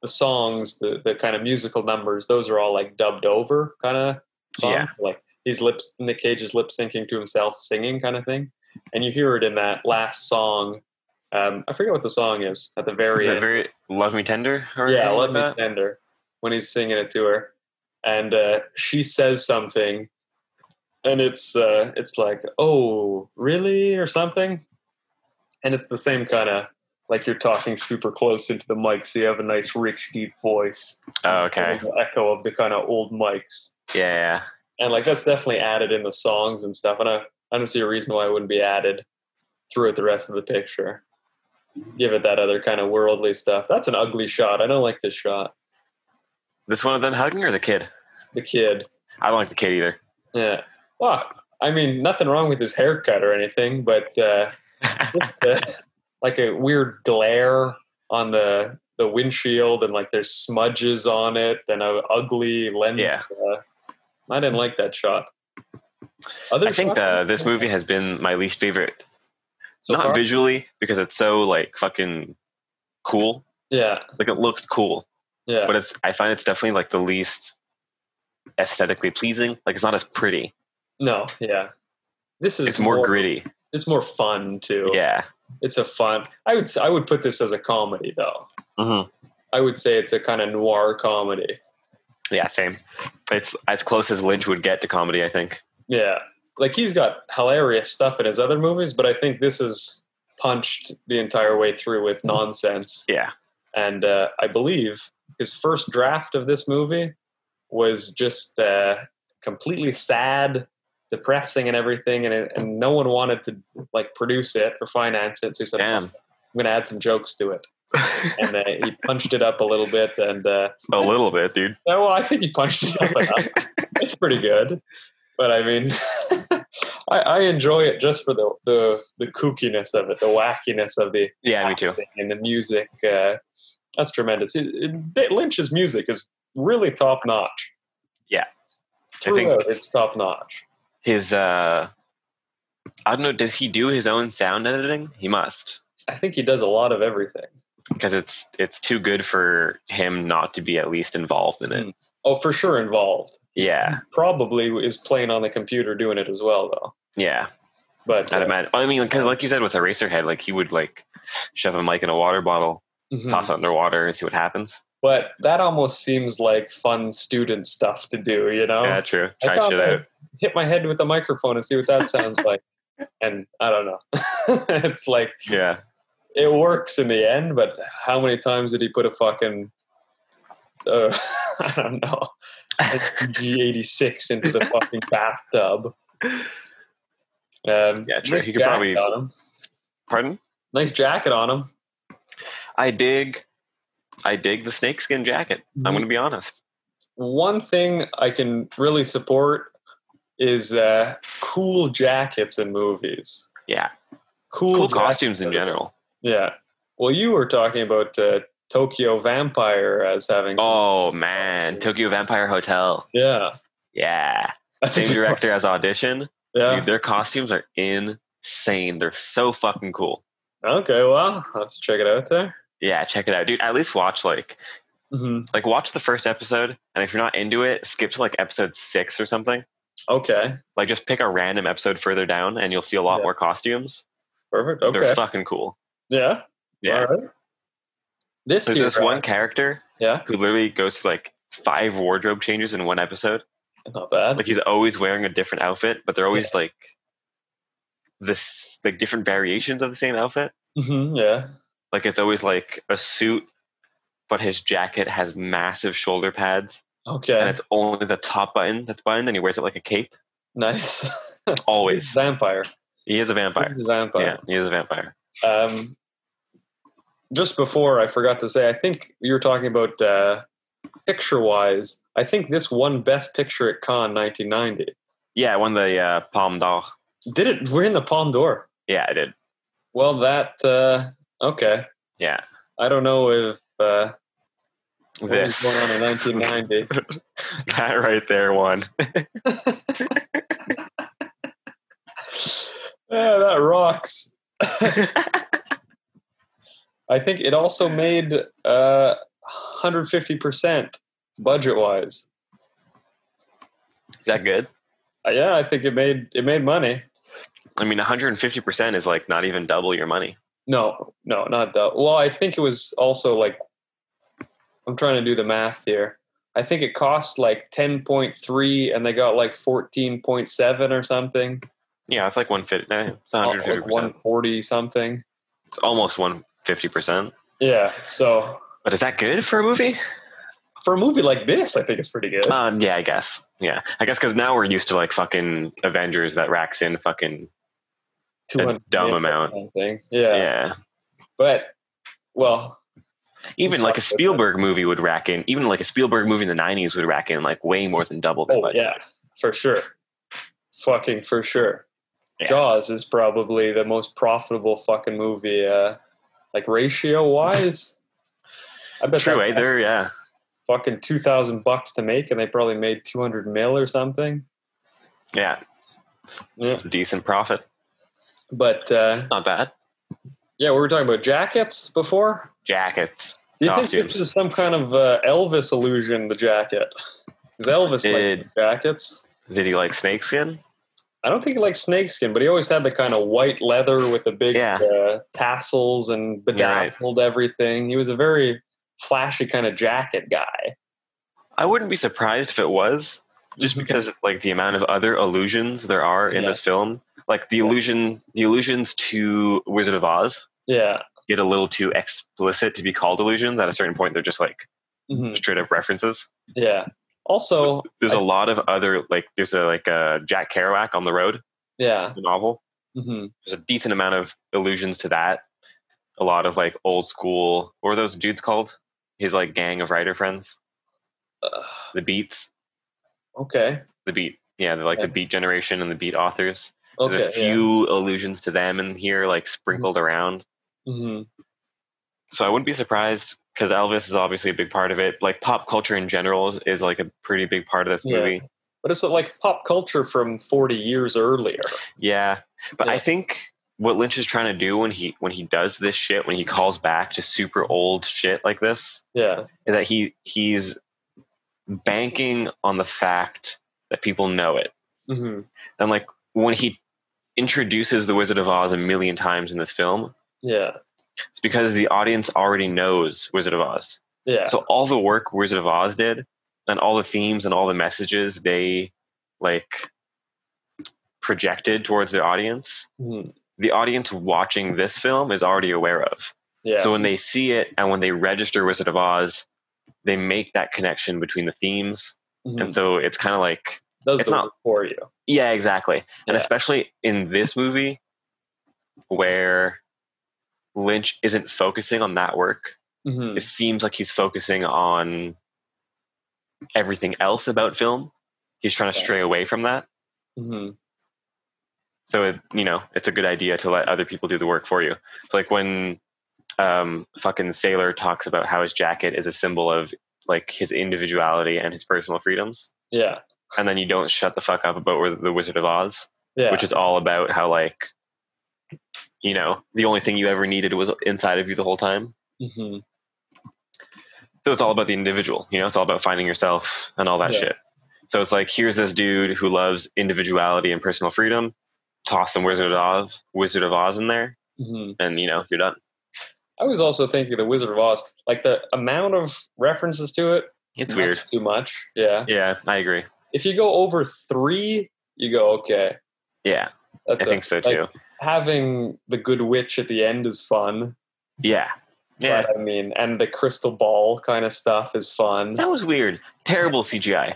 the songs the the kind of musical numbers those are all like dubbed over kind of songs
Yeah.
like he's lips Nick Cage is lip syncing to himself singing kind of thing and you hear it in that last song Um, I forget what the song is at the very
Very,
end.
very love me tender. Or
Oh, yeah,
anything
Love
like
Me
that?
Tender, when he's singing it to her, and uh, she says something, and it's uh, it's like, "Oh, really?" or something, and it's the same kind of like you're talking super close into the mic, so you have a nice, rich, deep voice.
Oh, okay.
Kind of echo of the kind of old mics,
Yeah.
and like that's definitely added in the songs and stuff. And I, I don't see a reason why it wouldn't be added throughout the rest of the picture. Give it that other kind of worldly stuff. That's an ugly shot. I don't like this shot.
This one of them hugging or the kid?
the kid.
I don't like the kid either.
Yeah. Well, I mean, nothing wrong with his haircut or anything, but uh, just, uh, like a weird glare on the the windshield, and like there's smudges on it, and a ugly lens.
Yeah.
Uh, I didn't like that shot. Other
I think
shots?
the, this movie has been my least favorite.
So
Not
far?
visually, because it's so like fucking cool.
Yeah,
Like it looks cool.
yeah,
but it's I find it's definitely like the least aesthetically pleasing. Like it's not as pretty.
no, yeah. This is
It's, more, gritty.
It's more fun too.
Yeah.
it's a fun. I would s- I would put this as a comedy though. Mm-hmm.
Mhm.
I would say it's a kind of noir comedy.
Yeah. Same. It's as close as Lynch would get to comedy. I think.
Yeah. Like he's got hilarious stuff in his other movies, but I think this is punched the entire way through with nonsense.
Yeah.
And uh, I believe his first draft of this movie was just uh, completely sad, depressing, and everything. And, it, and no one wanted to like produce it or finance it. So he said,
Damn.
I'm going to add some jokes to it. And uh, he punched it up a little bit. And uh,
A little bit, dude.
yeah, well, I think he punched it up enough. It's pretty good, but I mean, I, I enjoy it just for the, the the kookiness of it, the wackiness of the
Yeah. Me too.
acting and the music. Uh, that's tremendous. It, it, Lynch's music is really top notch.
Yeah. I think-
throughout it's top notch.
His. uh I don't know. Does he do his own sound editing? He must,
I think he does a lot of everything.
because it's it's too good for him not to be at least involved in it.
Mm. Oh, for sure involved.
Yeah.
Probably is playing on the computer doing it as well, though.
Yeah.
But
I'd
uh,
imagine. I mean, because like you said with Eraserhead, like he would like shove a mic in a water bottle,
mhm.
toss it underwater, and see what happens.
but that almost seems like fun student stuff to do, you know?
Yeah, true.
Oh, I
Try
thought
shit
I'd
out.
Hit my head with a microphone and see what that sounds like. And I don't know. it's like
Yeah.
it works in the end, but how many times did he put a fucking uh, I don't know G eighty six into the fucking bathtub? Um,
Yeah, true.
nice
He could
jacket
probably-
on him.
Pardon?
nice jacket on him.
I dig I dig the snakeskin jacket.
Hmm.
I'm gonna be honest.
One thing I can really support is uh, cool jackets in movies.
Yeah.
Cool,
Cool
jackets.
costumes in general.
Yeah. Well, you were talking about uh, Tokyo Vampire as having.
Oh man. Tokyo Vampire Hotel.
yeah.
Yeah.
That's a
Same
good
director as Audition.
one. Yeah.
Dude, their costumes are insane. They're so fucking cool.
Okay. Well, let's check it out there.
Yeah, check it out. Dude, at least watch like
hmm
like watch the first episode and if you're not into it, skip to like episode six or something.
Okay.
Like just pick a random episode further down and you'll see a lot
Yeah.
more costumes.
Perfect. Okay.
They're fucking cool.
yeah.
Yeah.
All right. This
There's
year,
this one character
Yeah.
who literally goes to like five wardrobe changes in one episode.
Not bad.
Like he's always wearing a different outfit, but they're always like this like different variations of the same outfit.
hmm yeah.
Like it's always like a suit, but his jacket has massive shoulder pads, and
Okay.
it's only the top button that's buttoned, and he wears it like a cape.
Nice.
Always,
Vampire.
he is a vampire. Yeah,
Vampire.
he is a vampire.
Um, just before I forgot to say, I think you were talking about uh, picture wise. I think this won Best Picture at Cannes 1990.
Yeah, I won the uh, Palme d'Or.
Did it? We're in the Palme d'Or.
Yeah, I did.
Well, that uh, okay.
Yeah,
I don't know if uh, what was
this
going on in 1990.
that right there won.
yeah, that rocks.
yeah,
I think it also made uh, 150% budget wise.
is that good?
Uh, yeah, I think it made it made money.
I mean, 150% is like not even double your money.
No, no, not that. Well, I think it was also like I'm trying to do the math here. I think it cost like 10.3 and they got like 14.7 or something.
Yeah, it's like 150. eh, It's
Oh,
150
Like
percent.
140 something.
It's almost 150 percent.
Yeah. So
But is that good for a movie?
for a movie like this, I think it's pretty good.
Um, yeah, I guess. Yeah, I guess because now we're used to like fucking Avengers that racks in fucking a
200
dumb
million or
amount.
Something.
Yeah.
Yeah. But well,
even like a Spielberg movie would rack in. Even like a Spielberg movie in the '90s would rack in like way more than double. their
oh
budget.
yeah, for sure. Fucking for sure.
Yeah.
Jaws is probably the most profitable fucking movie uh like ratio wise. I bet
True,
that
eh? There, yeah.
fucking 2000 bucks to make and they probably made 200 mil or something.
Yeah.
Yeah.
It's a decent profit.
But uh
Not bad.
yeah, we were talking about jackets before.
Jackets.
Do you think
Costumes.
this is some kind of uh, Elvis illusion? The jacket. 'Cause Elvis
Did-
liked jackets.
Did he like snakeskin?
I don't think he liked snakeskin, but he always had the kind of white leather with the big
Yeah.
uh, tassels and
You're right.
bedazzled everything. He was a very flashy kind of jacket guy.
I wouldn't be surprised if it was, just
Mhm.
because of, like the amount of other illusions there are in
Yeah.
this film. Like the illusion, the illusions to Wizard of Oz
Yeah.
get a little too explicit to be called illusions. At a certain point, they're just like
Mhm.
straight up references.
Yeah. Also,
There's
I-
a lot of other like there's a like a Jack Kerouac on the road,
yeah.
the novel.
hmm
There's a decent amount of allusions to that. A lot of like old school. What were those dudes called? His like gang of writer friends,
Uh,
the Beats,
okay.
the Beat. Yeah, they're like the
Okay.
Beat generation and the Beat authors.
Okay. Mm-hmm.
There's a few allusions to them in here, like sprinkled around.
yeah. Mhm.
So I wouldn't be surprised because Elvis is obviously a big part of it. Like pop culture in general is, is like a pretty big part of this
Yeah.
movie.
But it's like pop culture from 40 years earlier.
Yeah, but I
Yeah.
think what Lynch is trying to do when he when he does this shit, when he calls back to super old shit like this,
Yeah.
is that he he's banking on the fact that people know it.
hmm
And like when he introduces the Wizard of Oz a million times in this film,
Yeah.
it's because the audience already knows Wizard of Oz.
Yeah.
So all the work Wizard of Oz did, and all the themes and all the messages they like projected towards their audience,
Mhm.
the audience watching this film is already aware of.
Yeah.
So when they see it and when they register Wizard of Oz, they make that connection between the themes,
Mhm.
and so it's kind of like
does
it's
the
not-
work for you.
Hmm. yeah, exactly, and
Yeah.
especially in this movie where Lynch isn't focusing on that work
Mhm.
it seems like he's focusing on everything else about film. He's trying to
Yeah.
stray away from that.
Mhm.
So it, you know, it's a good idea to let other people do the work for you. It's like when um, fucking Sailor talks about how his jacket is a symbol of like his individuality and his personal freedoms,
Yeah.
and then you don't shut the fuck up about where the Wizard of Oz,
Yeah.
which is all about how like, you know, the only thing you ever needed was inside of you the whole time.
hmm
so it's all about the individual you know it's all about finding yourself and all that
Yeah.
shit so it's like here's this dude who loves individuality and personal freedom toss some wizard of oz wizard of oz in there
hmm
and you know you're done
I was also thinking the Wizard of Oz, like the amount of references to it.
it's
not
weird
Too much. Yeah.
yeah i agree
If you go over three, you go okay.
yeah i
That's it.
think so
like-
too
having the good witch at the end is fun.
yeah yeah
But, I mean, and the crystal ball kind of stuff is fun.
that was weird terrible cgi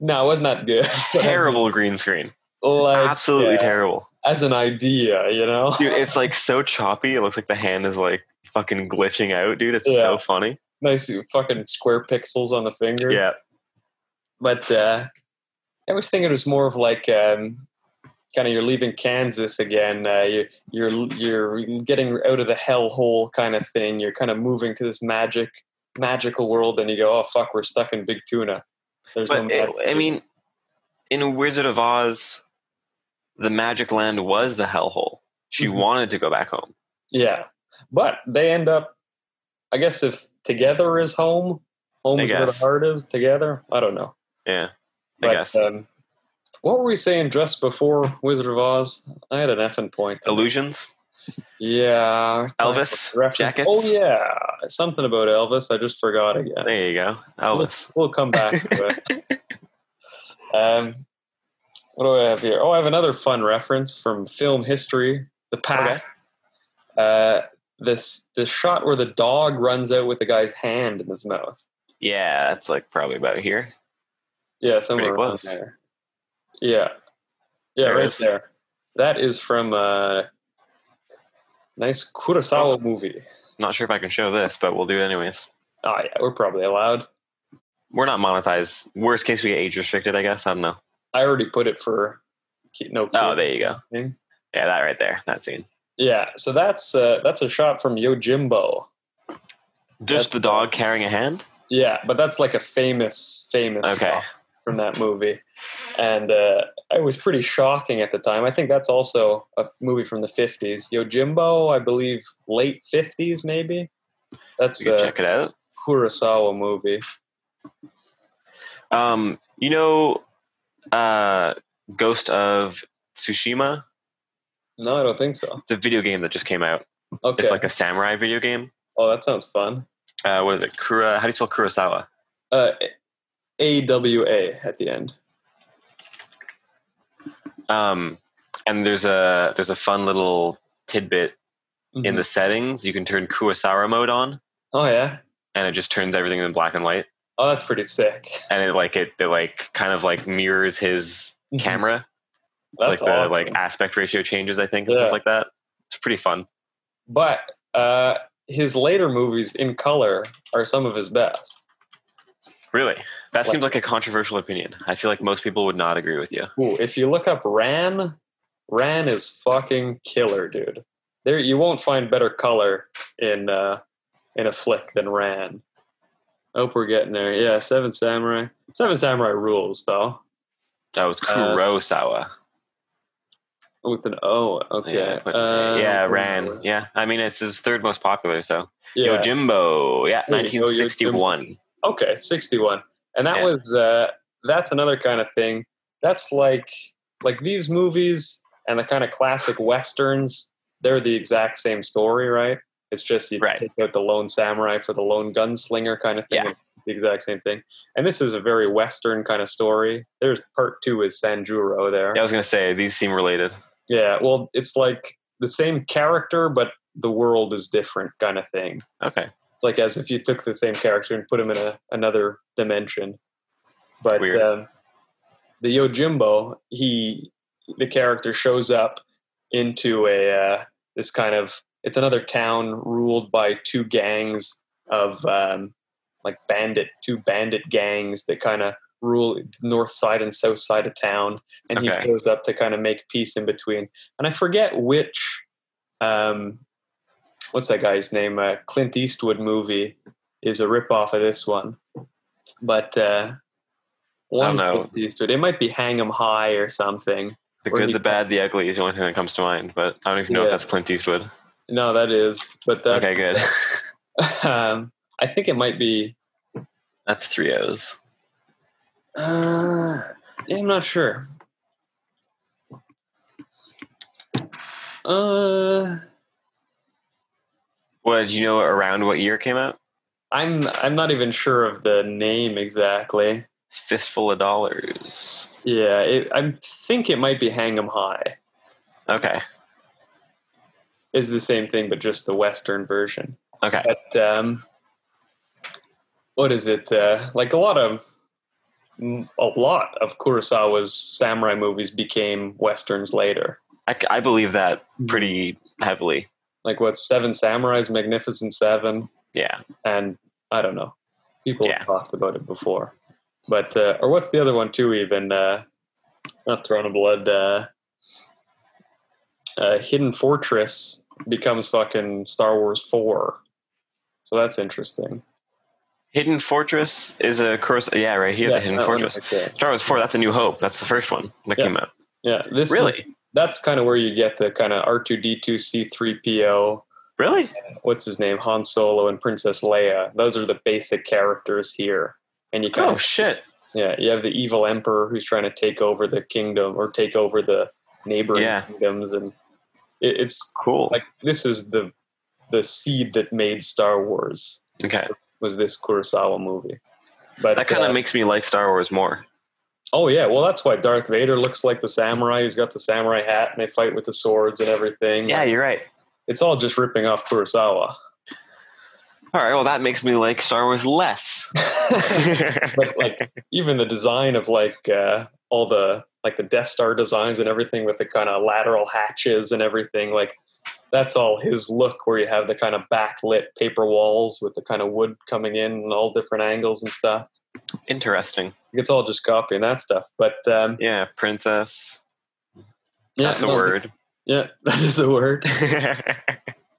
No, it wasn't that good.
terrible green screen
like
absolutely
yeah,
terrible
as an idea, you know.
dude it's like so choppy it looks like the hand is like fucking glitching out dude it's
Yeah.
so funny
nice fucking square pixels on the finger.
yeah
but uh, I was thinking it was more of like um, kind of you're leaving Kansas again. Uh, you're you're you're getting out of the hellhole kind of thing. You're kind of moving to this magic magical world, and you go, oh fuck, we're stuck in Big Tuna. There's
But it,
magic
I
here."
mean, in Wizard of Oz, the magic land was the hellhole. She
Mhm.
wanted to go back home.
yeah, but they end up. I guess if together is home, home
I
is where the
guess.
heart is. Together, I don't know.
Yeah, I
But,
guess.
Um, what were we saying just before Wizard of Oz? I had an effing point.
Illusions.
Yeah.
Elvis
Reference-
jackets.
Oh yeah, something about Elvis. I just forgot again.
There you go, Elvis.
We'll come back to it. um, what do I have here? Oh, I have another fun reference from film history. The pack. Uh, this the shot where the dog runs out with the guy's hand in his mouth.
Yeah, that's like probably about here.
Yeah, somewhere around
close.
there. Yeah, yeah,
There it
right
is.
there. That is from a nice Kurosawa movie.
Not sure if I can show this, but we'll do it anyways.
Oh yeah, we're probably allowed.
We're not monetized. Worst case, we get age restricted. I guess I don't know.
I already put it for ki- no.
Oh,
kid.
there you go. Yeah, that right there. That scene.
Yeah, so that's uh, that's a shot from Yojimbo. That's-
Just the dog carrying a hand.
Yeah, but that's like a famous famous
Okay.
shot from that movie, and uh, it was pretty shocking at the time. I think that's also a movie from the fifties. Yojimbo, I believe, late fifties maybe. That's
You can
a
check it out.
Kurosawa movie.
Um, you know, uh, Ghost of Tsushima.
No, I don't think so.
It's a video game that just came out.
Okay.
It's like a samurai video game.
oh, that sounds fun.
Uh, what is it? Kura. How do you spell Kurosawa?
Uh, A W A at the end.
Um, and there's a there's a fun little tidbit in
Mhm.
the settings. You can turn Kurosawa mode on,
oh yeah.
and it just turns everything in black and white.
Oh, that's pretty sick.
And it like it, it like kind of like mirrors his camera. It's
Mm-hmm. That's
like the
awesome.
like aspect ratio changes, I think, and
Yeah.
stuff like that. It's pretty fun.
but uh, his later movies in color are some of his best.
Really, that
Like-
seems like a controversial opinion. I feel like most people would not agree with you.
Ooh, if you look up Ran, Ran is fucking killer, dude. There, you won't find better color in uh, in a flick than Ran. Hope we're getting there. Yeah, Seven Samurai. Seven Samurai rules, though.
That was
Uh,
Kurosawa.
With an O, okay.
yeah, but-
Uh,
yeah, Ran. Yeah, I mean it's his third most popular. So
Yeah.
Yojimbo, yeah,
There you go,
1961.
Okay, 61. And that
Yeah.
was uh that's another kind of thing. That's like like these movies and the kind of classic westerns, they're the exact same story, right? It's just you
Right.
take out the lone samurai for the lone gunslinger kind of thing.
Yeah.
it's The exact same thing. And this is a very western kind of story. There's part 2 is Sanjuro there.
Yeah, I was gonna say these seem related.
Yeah, well, it's like the same character but the world is different kind of thing.
Okay,
It's like as if you took the same character and put him in a, another dimension. But
Weird.
um, the Yojimbo, he the character shows up into a uh, this kind of it's another town ruled by two gangs of um, like bandit two bandit gangs that kind of rule north side and south side of town and
Okay.
he goes up to kind of make peace in between and i forget which um, what's that guy's name? Uh, Clint Eastwood movie is a ripoff of this one, but uh, one
know.
Clint Eastwood. It might be Hang 'Em High or something.
the
Or
good,
he-
the bad, the ugly is the only thing that comes to mind. But I don't even know
Yeah.
if that's Clint Eastwood.
No, that is, but that
Okay, good.
um, I think it might be.
That's three O's.
Uh, yeah, I'm not sure. Uh,
What do you know around what year it came out?
I'm I'm not even sure of the name exactly.
Fistful of Dollars.
Yeah, it, I think it might be Hang 'Em High.
Okay.
is the same thing, but just the Western version.
Okay.
But um, what is it? Uh, like a lot of m- a lot of Kurosawa's samurai movies became westerns later.
I, I believe that pretty heavily.
Like what Seven Samurais, Magnificent Seven,
Yeah.
and I don't know. People
Yeah.
have talked about it before, but uh, or what's the other one too? Even uh, not Throne of Blood. Uh, uh, Hidden Fortress becomes fucking Star Wars Four, so that's interesting.
Hidden Fortress is a course. Yeah, right here, the Hidden
that one
Fortress.
right there.
Star Wars 4, that's A New Hope. That's the first one that
Yeah.
came out.
Yeah, this
Really?
that's kind of where you get the kind of R two D two C three PO.
Really?
What's his name? Han Solo and Princess Leia. Those are the basic characters here, and you kind
Oh,
of
shit.
yeah, you have the evil emperor who's trying to take over the kingdom or take over the neighboring
Yeah.
kingdoms, and It, it's
Cool.
like this is the the seed that made Star Wars
okay.
was this Kurosawa movie. But
That kind
uh,
of makes me like Star Wars more.
oh yeah, well that's why Darth Vader looks like the samurai. He's got the samurai hat, and they fight with the swords and everything.
Yeah, you're right.
it's all just ripping off Kurosawa.
All right. Well, that makes me like Star Wars less.
but like even the design of like uh, all the like the Death Star designs and everything with the kind of lateral hatches and everything like that's all his look where you have the kind of backlit paper walls with the kind of wood coming in and all different angles and stuff.
Interesting.
It's all just copying that stuff. But um,
Yeah, princess.
yeah,
That's the
no,
word.
Yeah, that is the word.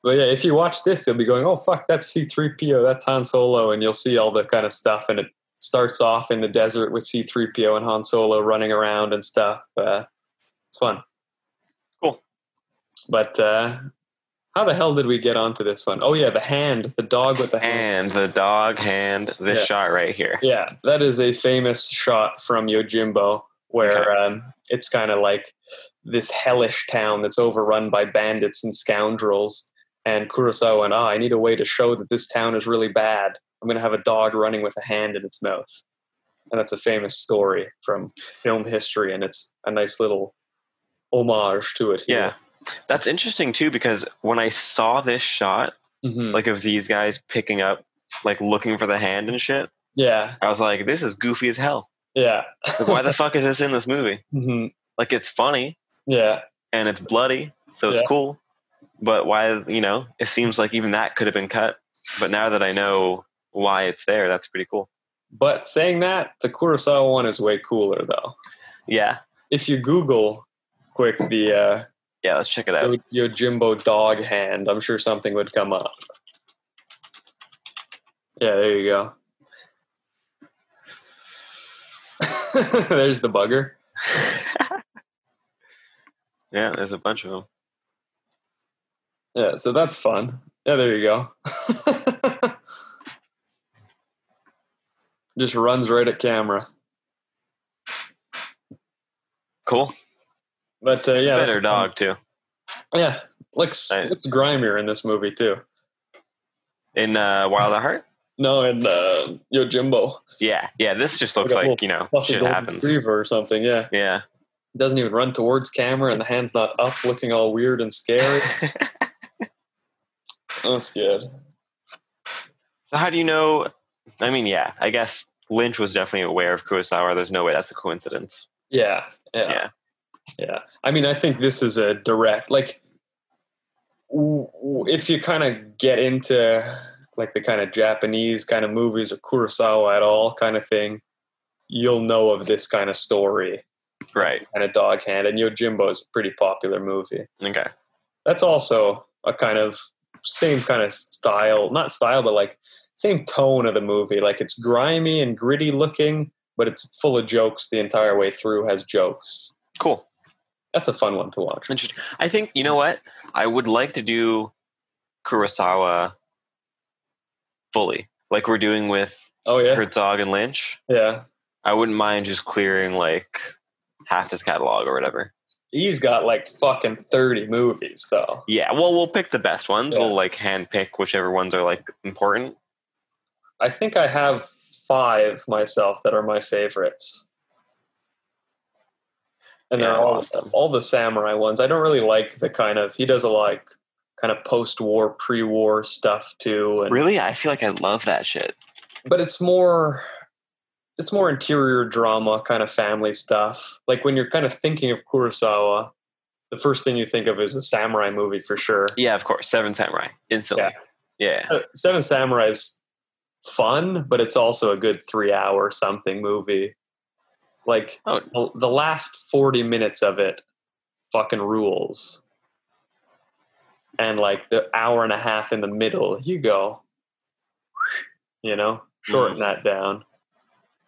But yeah, if you watch this, you'll be going, "Oh fuck, that's C three PO, that's Han Solo," and you'll see all the kind of stuff. And it starts off in the desert with C three PO and Han Solo running around and stuff. Uh, it's fun.
Cool.
But uh, how the hell did we get onto this one? Oh yeah, the hand, the dog with the hand.
and the dog hand. This
Yeah.
shot right here.
Yeah, that is a famous shot from Yojimbo where um, it's kind of like this hellish town that's overrun by bandits and scoundrels. And Kurosawa and ah, I need a way to show that this town is really bad. I'm going to have a dog running with a hand in its mouth. And that's a famous story from film history, and it's a nice little homage to it.
Yeah. That's interesting too because when I saw this shot,
hmm
like of these guys picking up, like looking for the hand and shit,
yeah,
I was like, this is goofy as hell.
yeah,
Like, why the fuck is this in this movie?
hmm
Like, it's funny
yeah.
and it's bloody, so it's
Yeah.
cool. But why, you know, it seems like even that could have been cut. But now that I know why it's there, that's pretty cool.
But saying that, the Kurosawa one is way cooler, though.
Yeah.
if you Google quick the uh,
Yeah, let's check it out.
Yo- Yojimbo dog hand, I'm sure something would come up. Yeah, there you go. There's the bugger.
yeah, there's a bunch of them.
Yeah, so that's fun. Yeah, there you go. Just runs right at camera.
Cool.
But uh, yeah,
Better
that's-
dog, too.
Yeah, looks
Nice.
looks grimier in this movie too.
In uh, Wild at Heart?
No, in uh, Yojimbo,
Yeah. Yeah, this just looks
Like a
like, you know,
Golden
shit happens.
retriever or something. Yeah.
Yeah.
doesn't even run towards camera and the hand's not up looking all weird and scary Oh,
so,
that's good
how do you know? I mean, yeah, I guess Lynch was definitely aware of Kurosawa. There's no way that's a coincidence.
yeah yeah
Yeah.
yeah. i mean i think this is a direct like w- w- if you kind of get into like the kind of japanese kind of movies or kurosawa at all kind of thing you'll know of this kind of story
Right.
kind of dog hand and yojimbo is a pretty popular movie
Okay.
that's also a kind of same kind of style not style but like same tone of the movie like it's grimy and gritty looking but it's full of jokes the entire way through has jokes
Cool.
that's a fun one to watch
Interesting. I think you know what I would like to do Kurosawa fully, like we're doing with
oh yeah
Herzog and Lynch.
yeah
I wouldn't mind just clearing like half his catalog or whatever.
he's got like fucking 30 movies though
Yeah. Well, we'll pick the best ones.
Yeah.
We'll like handpick whichever ones are like important.
i think i have five myself that are my favorites and
Yeah,
they're
I
all,
lost them.
all the samurai ones i don't really like the kind of he does a like kind of post-war pre-war stuff too and
Really, I feel like I love that shit.
but it's more it's more interior drama kind of family stuff like when you're kind of thinking of kurosawa the first thing you think of is a samurai movie for sure
Yeah, of course. Seven Samurai instantly. Yeah.
Uh, seven samurai's fun but it's also a good three hour something movie like
Oh.
the, the last 40 minutes of it fucking rules and like the hour and a half in the middle you go you know shorten that down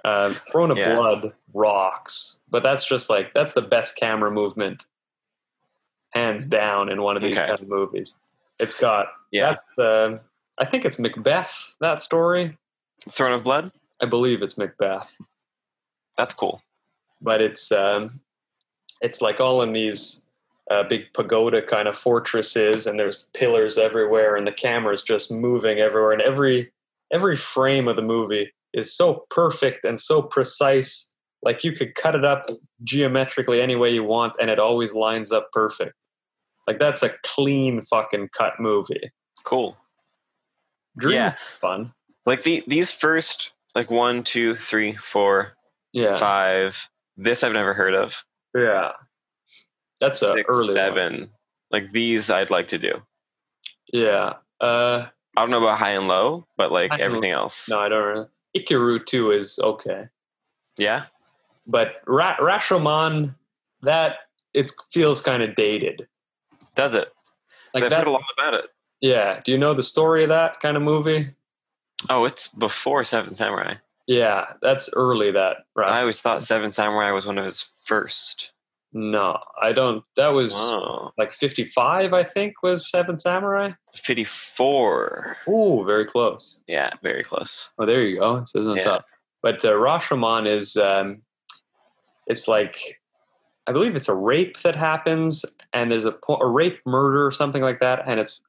um, throne of
Mm-hmm. Yeah.
blood rocks but that's just like that's the best camera movement hands down in one of these
Mm-hmm. Okay.
kind of movies it's got
Yeah.
that's, uh, I think it's Macbeth. That story,
Throne of Blood.
I believe it's Macbeth,
That's cool.
but it's um, it's like all in these uh, big pagoda kind of fortress is, and there's pillars everywhere, and the camera's just moving everywhere, and every every frame of the movie is so perfect and so precise. Like you could cut it up geometrically any way you want, and it always lines up perfect. Like that's a clean fucking cut movie.
Cool.
Dream
Yeah.
fun.
Like the these first like one, two, three, four,
Yeah,
five. This I've never heard of.
yeah. That's a
Six,
early one.
seven. Like these I'd like to do.
Yeah. Uh,
I don't know about high and low, but like
High and
everything else.
no, I don't. Really. Ikiru two is okay.
Yeah.
but Ra- Rashomon, that it feels kind of dated.
Does it?
Like
I've
that,
heard a lot about it.
yeah. Do you know the story of that kind of movie?
Oh, it's before Seven Samurai.
Yeah, that's early. That
I
Rash-
always thought Seven Samurai was one of his first.
no, I don't. That was
Oh,
like fifty-five, I think, was Seven Samurai.
54.
Ooh, very close.
Yeah, very close.
Oh, there you go. It says on
Yeah.
top. But uh, Rashomon is, um, it's like, I believe it's a rape that happens, and there's a, po- a rape murder or something like that, and it's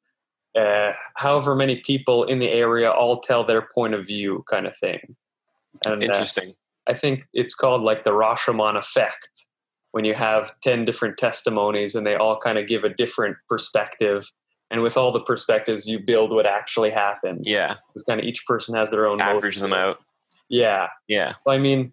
uh, however many people in the area all tell their point of view kind of thing. And uh,
Interesting.
I think it's called like the Rashomon effect when you have 10 different testimonies and they all kind of give a different perspective. And with all the perspectives, you build what actually happens.
Yeah,
It's kind of each person has their own motive.
average them out.
Yeah.
Yeah,
So I mean,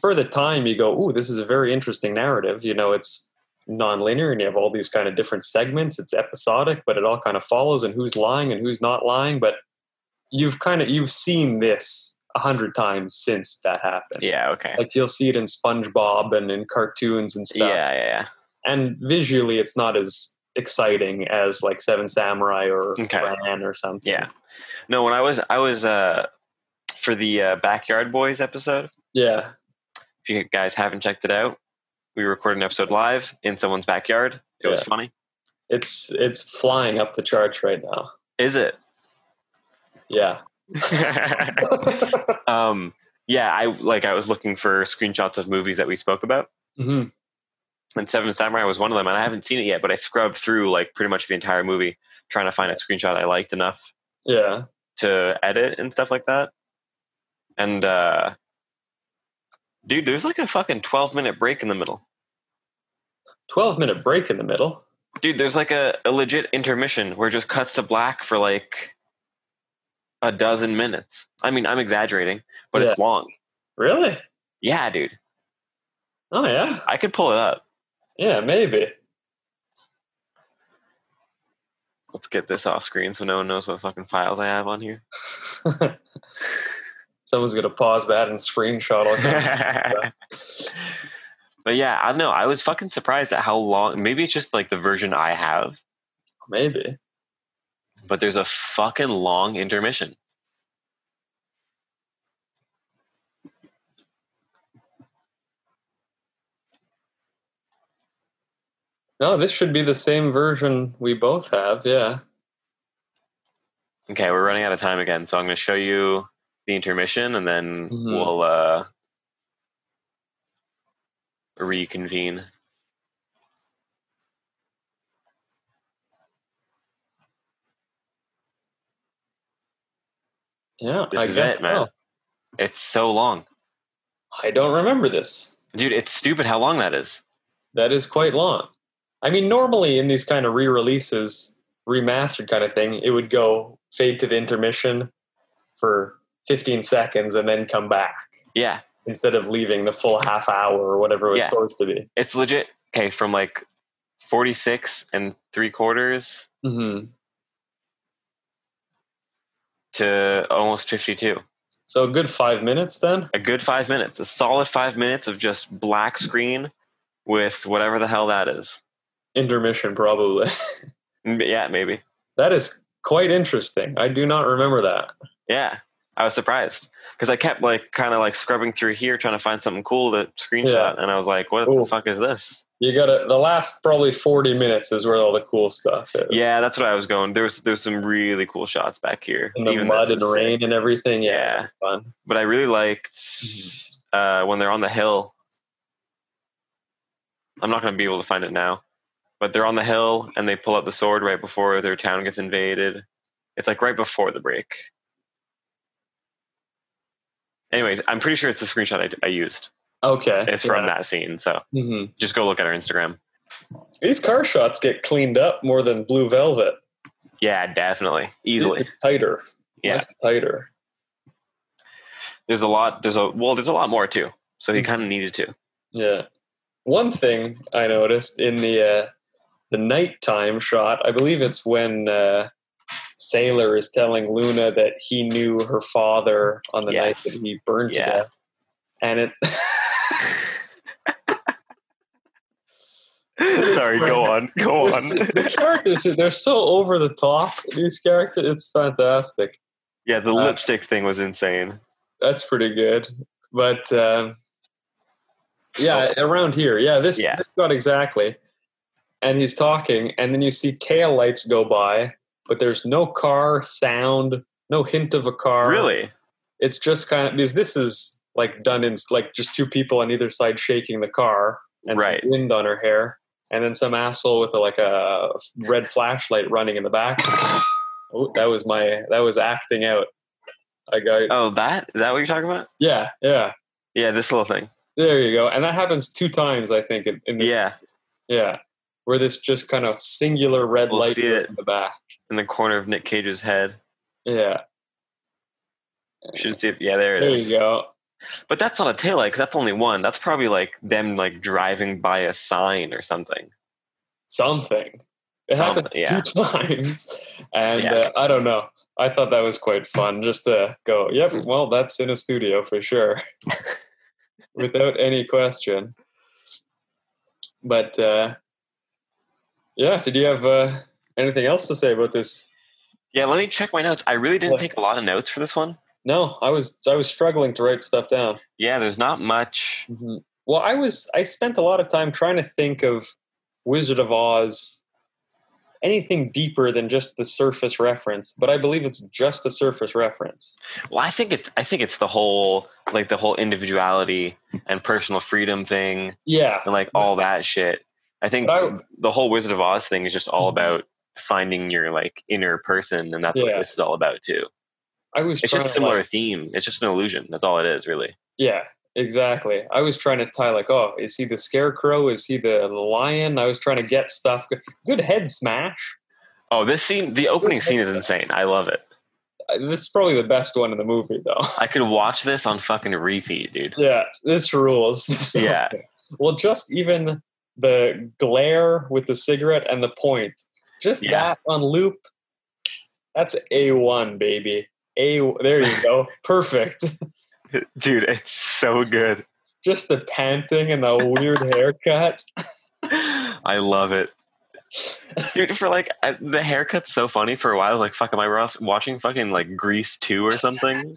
for the time you go, ooh, this is a very interesting narrative. You know, it's nonlinear and you have all these kind of different segments. It's episodic, but it all kind of follows and who's lying and who's not lying. But you've kind of you've seen this a hundred times since that happened.
yeah, okay.
Like you'll see it in SpongeBob and in cartoons and stuff.
Yeah, yeah,
And visually it's not as exciting as like Seven Samurai or
Okay.
Ran or something.
yeah. No, when I was I was uh for the uh, Backyard Boys episode.
Yeah.
If you guys haven't checked it out, we recorded an episode live in someone's backyard. It was
Yeah.
funny.
It's it's flying up the charts right now.
Is it?
Yeah. Mm-hmm.
um, yeah, I like I was looking for screenshots of movies that we spoke about.
hmm
and Seven Samurai was one of them. And I haven't seen it yet, but I scrubbed through like pretty much the entire movie trying to find a screenshot I liked enough
Yeah.
to edit and stuff like that. And uh dude, there's like a fucking 12 minute break in the middle.
12 minute break in the middle.
Dude, there's like a, a legit intermission where it just cuts to black for like a dozen minutes. I mean, I'm exaggerating, but it's long.
Really?
Yeah, dude.
Oh, yeah.
I could pull it up.
Yeah, maybe.
Let's get this off screen so no one knows what fucking files I have on here.
Someone's going to pause that and screenshot all
but yeah, I don't know. I was fucking surprised at how long. Maybe it's just like the version I have,
Maybe.
but there's a fucking long intermission.
No, this should be the same version we both have. Yeah.
Okay, we're running out of time again, so I'm going to show you the intermission and then
Mhm.
we'll uh, reconvene.
Yeah.
This
I
is
guess
it, man.
so.
It's so long.
I don't remember this.
Dude, it's stupid how long that is.
That is quite long. I mean, normally in these kind of re releases, remastered kind of thing, it would go fade to the intermission for 15 seconds and then come back
Yeah,
instead of leaving the full half hour or whatever it was
Yeah.
supposed to be.
it's legit. Okay, from like 46 and three quarters
Mm-hmm.
to almost 52.
So a good five minutes then.
a good five minutes, a solid five minutes of just black screen with whatever the hell that is.
Intermission probably.
M- Yeah, maybe.
that is quite interesting. I do not remember that.
Yeah, I was surprised because I kept like kind of like scrubbing through here trying to find something cool to screenshot, and I was like, "What
Cool.
the fuck is this?"
You gotta the last probably forty minutes is where all the cool stuff is.
Yeah, that's what I was going. There's there's some really cool shots back here,
And the
Even
mud
this
and
is sick.
rain and everything. Yeah. Mm-hmm.
Yeah.
it's Fun.
But I really liked uh, when they're on the hill. I'm not going to be able to find it now, But they're on the hill and they pull out the sword right before their town gets invaded. It's like right before the break. Anyways, I'm pretty sure it's the screenshot I, I used.
Okay.
It's from that scene. So
hmm
just go look at our Instagram.
These car shots get cleaned up more than Blue Velvet.
Yeah, definitely. Easily.
It's tighter.
Yeah.
Much tighter.
There's a lot. There's a, well, there's a lot more too. So he kind of needed to.
Yeah. One thing I noticed in the uh, the nighttime shot, I believe it's when uh, Sailor is telling Luna that he knew her father on the
Yes.
night that he burned
Yeah.
to death, and it's
Sorry, go on. Go on.
the characters they're so over the top. These characters, it's fantastic.
yeah, the
Uh,
lipstick thing was insane.
that's pretty good. But um, yeah, around here, yeah, this,
Yeah.
this got exactly. And he's talking, and then you see tail lights go by, but there's no car sound, no hint of a car.
Really?
It's just kind of because this is like done in like just two people on either side shaking the car and some
Right.
wind on her hair, and then some asshole with a, like a red flashlight running in the back. oh, that was my that was acting out. I got
Oh, that? Is that what you're talking about?
yeah yeah.
Yeah, this little thing.
There you go. And that happens two times, I think. In, in this,
Yeah,
yeah, where this just kind of singular red
We'll
light
see it.
in the back.
in the corner of Nick Cage's head.
Yeah,
Should see it. Yeah, there it
there
is.
you go.
But that's not a tail light 'cause that's only one. That's probably like them like driving by a sign or something.
Something. It happens
Something, yeah.
two times, and
Yeah.
uh, I don't know. I thought that was quite fun, just to go. Yep, well, that's in a studio for sure, without any question. But uh, yeah, did you have uh, anything else to say about this
Yeah, let me check my notes. I really didn't
Look.
take a lot of notes for this one.
No, I was I was struggling to write stuff down.
Yeah, there's not much.
Mm-hmm. Well, I was I spent a lot of time trying to think of Wizard of Oz anything deeper than just the surface reference, but I believe it's just a surface reference.
Well, I think it's I think it's the whole like the whole individuality and personal freedom thing
Yeah.
and like all that shit. I think
But I-
the whole Wizard of Oz thing is just all
Mhm.
about finding your like inner person and that's what
Yeah.
this is all about too.
I was
It's
trying
just a
to,
similar
like-
theme. It's just an illusion. That's all it is really.
yeah, exactly. I was trying to tie like, oh, is he the scarecrow? Is he the lion? I was trying to get stuff. Good head smash.
Oh, this scene the opening scene is insane. I love it.
Uh, This is probably the best one in the movie though.
I could watch this on fucking repeat, dude.
Yeah, this rules. This-
Yeah.
Well, just even the glare with the cigarette and the point, just
Yeah.
that on loop. That's a one, baby. A there you go, perfect.
Dude, it's so good.
Just the panting and the weird haircut.
I love it. Dude, for like I- the haircut's so funny for a while. I was like, fuck, am I Ross watching fucking like Grease 2 or something?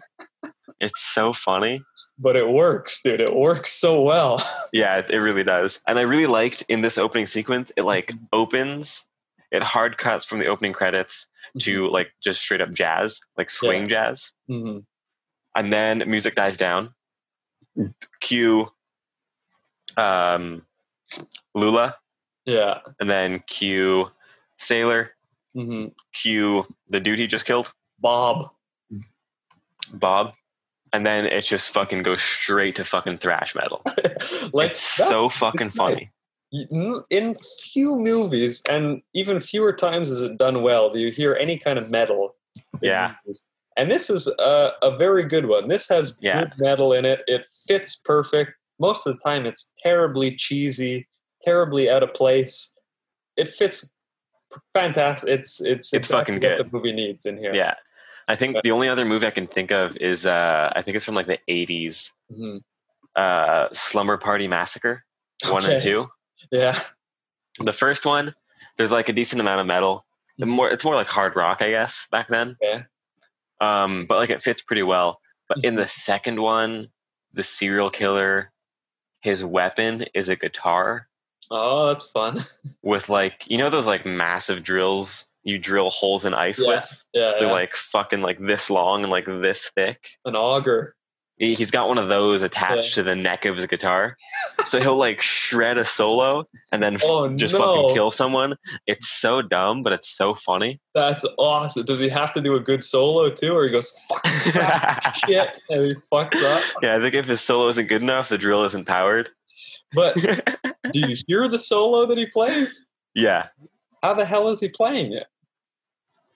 it's so funny.
But it works, dude. It works so well.
Yeah, it, it really does. And I really liked in this opening sequence, it like opens, it hard cuts from the opening credits to like just straight up jazz, like swing jazz.
Mhm.
and then music dies down. Cue um, Lula,
Yeah.
and then cue Sailor,
hmm
cue the dude he just killed,
Bob.
Bob, and then it just fucking goes straight to fucking thrash metal.
like
it's
that-
so fucking funny.
in few movies and even fewer times is it done well do you hear any kind of metal in
Yeah.
movies. and this is a, a very good one this has
Yeah.
good metal in it it fits perfect most of the time it's terribly cheesy terribly out of place it fits fantastic it's
It's
it's exactly
fucking
what
good.
the movie needs in here
Yeah. I think the only other movie I can think of is uh, I think it's from like the '80s,
Mhm.
uh, Slumber Party Massacre, one and
Okay.
two.
yeah
The first one, there's like a decent amount of metal. The more it's more like hard rock, I guess, back then.
Yeah.
Um, but like it fits pretty well. But in
Mm-hmm.
the second one, the serial killer, his weapon is a guitar
oh that's fun
with like you know those like massive drills you drill holes in ice
Yeah,
with.
yeah,
They're
yeah.
like fucking like this long and like this thick.
an auger
He- He's got one of those attached to the neck of his guitar, so he'll like shred a solo and then f-
Oh,
just
no.
fucking kill someone. It's so dumb, but it's so funny.
That's awesome. Does he have to do a good solo too, or he goes fuck
yeah,
shit and he fucks up?
I think if his solo isn't good enough, the drill isn't powered.
But do you hear the solo that he plays?
yeah,
How the hell is he playing it?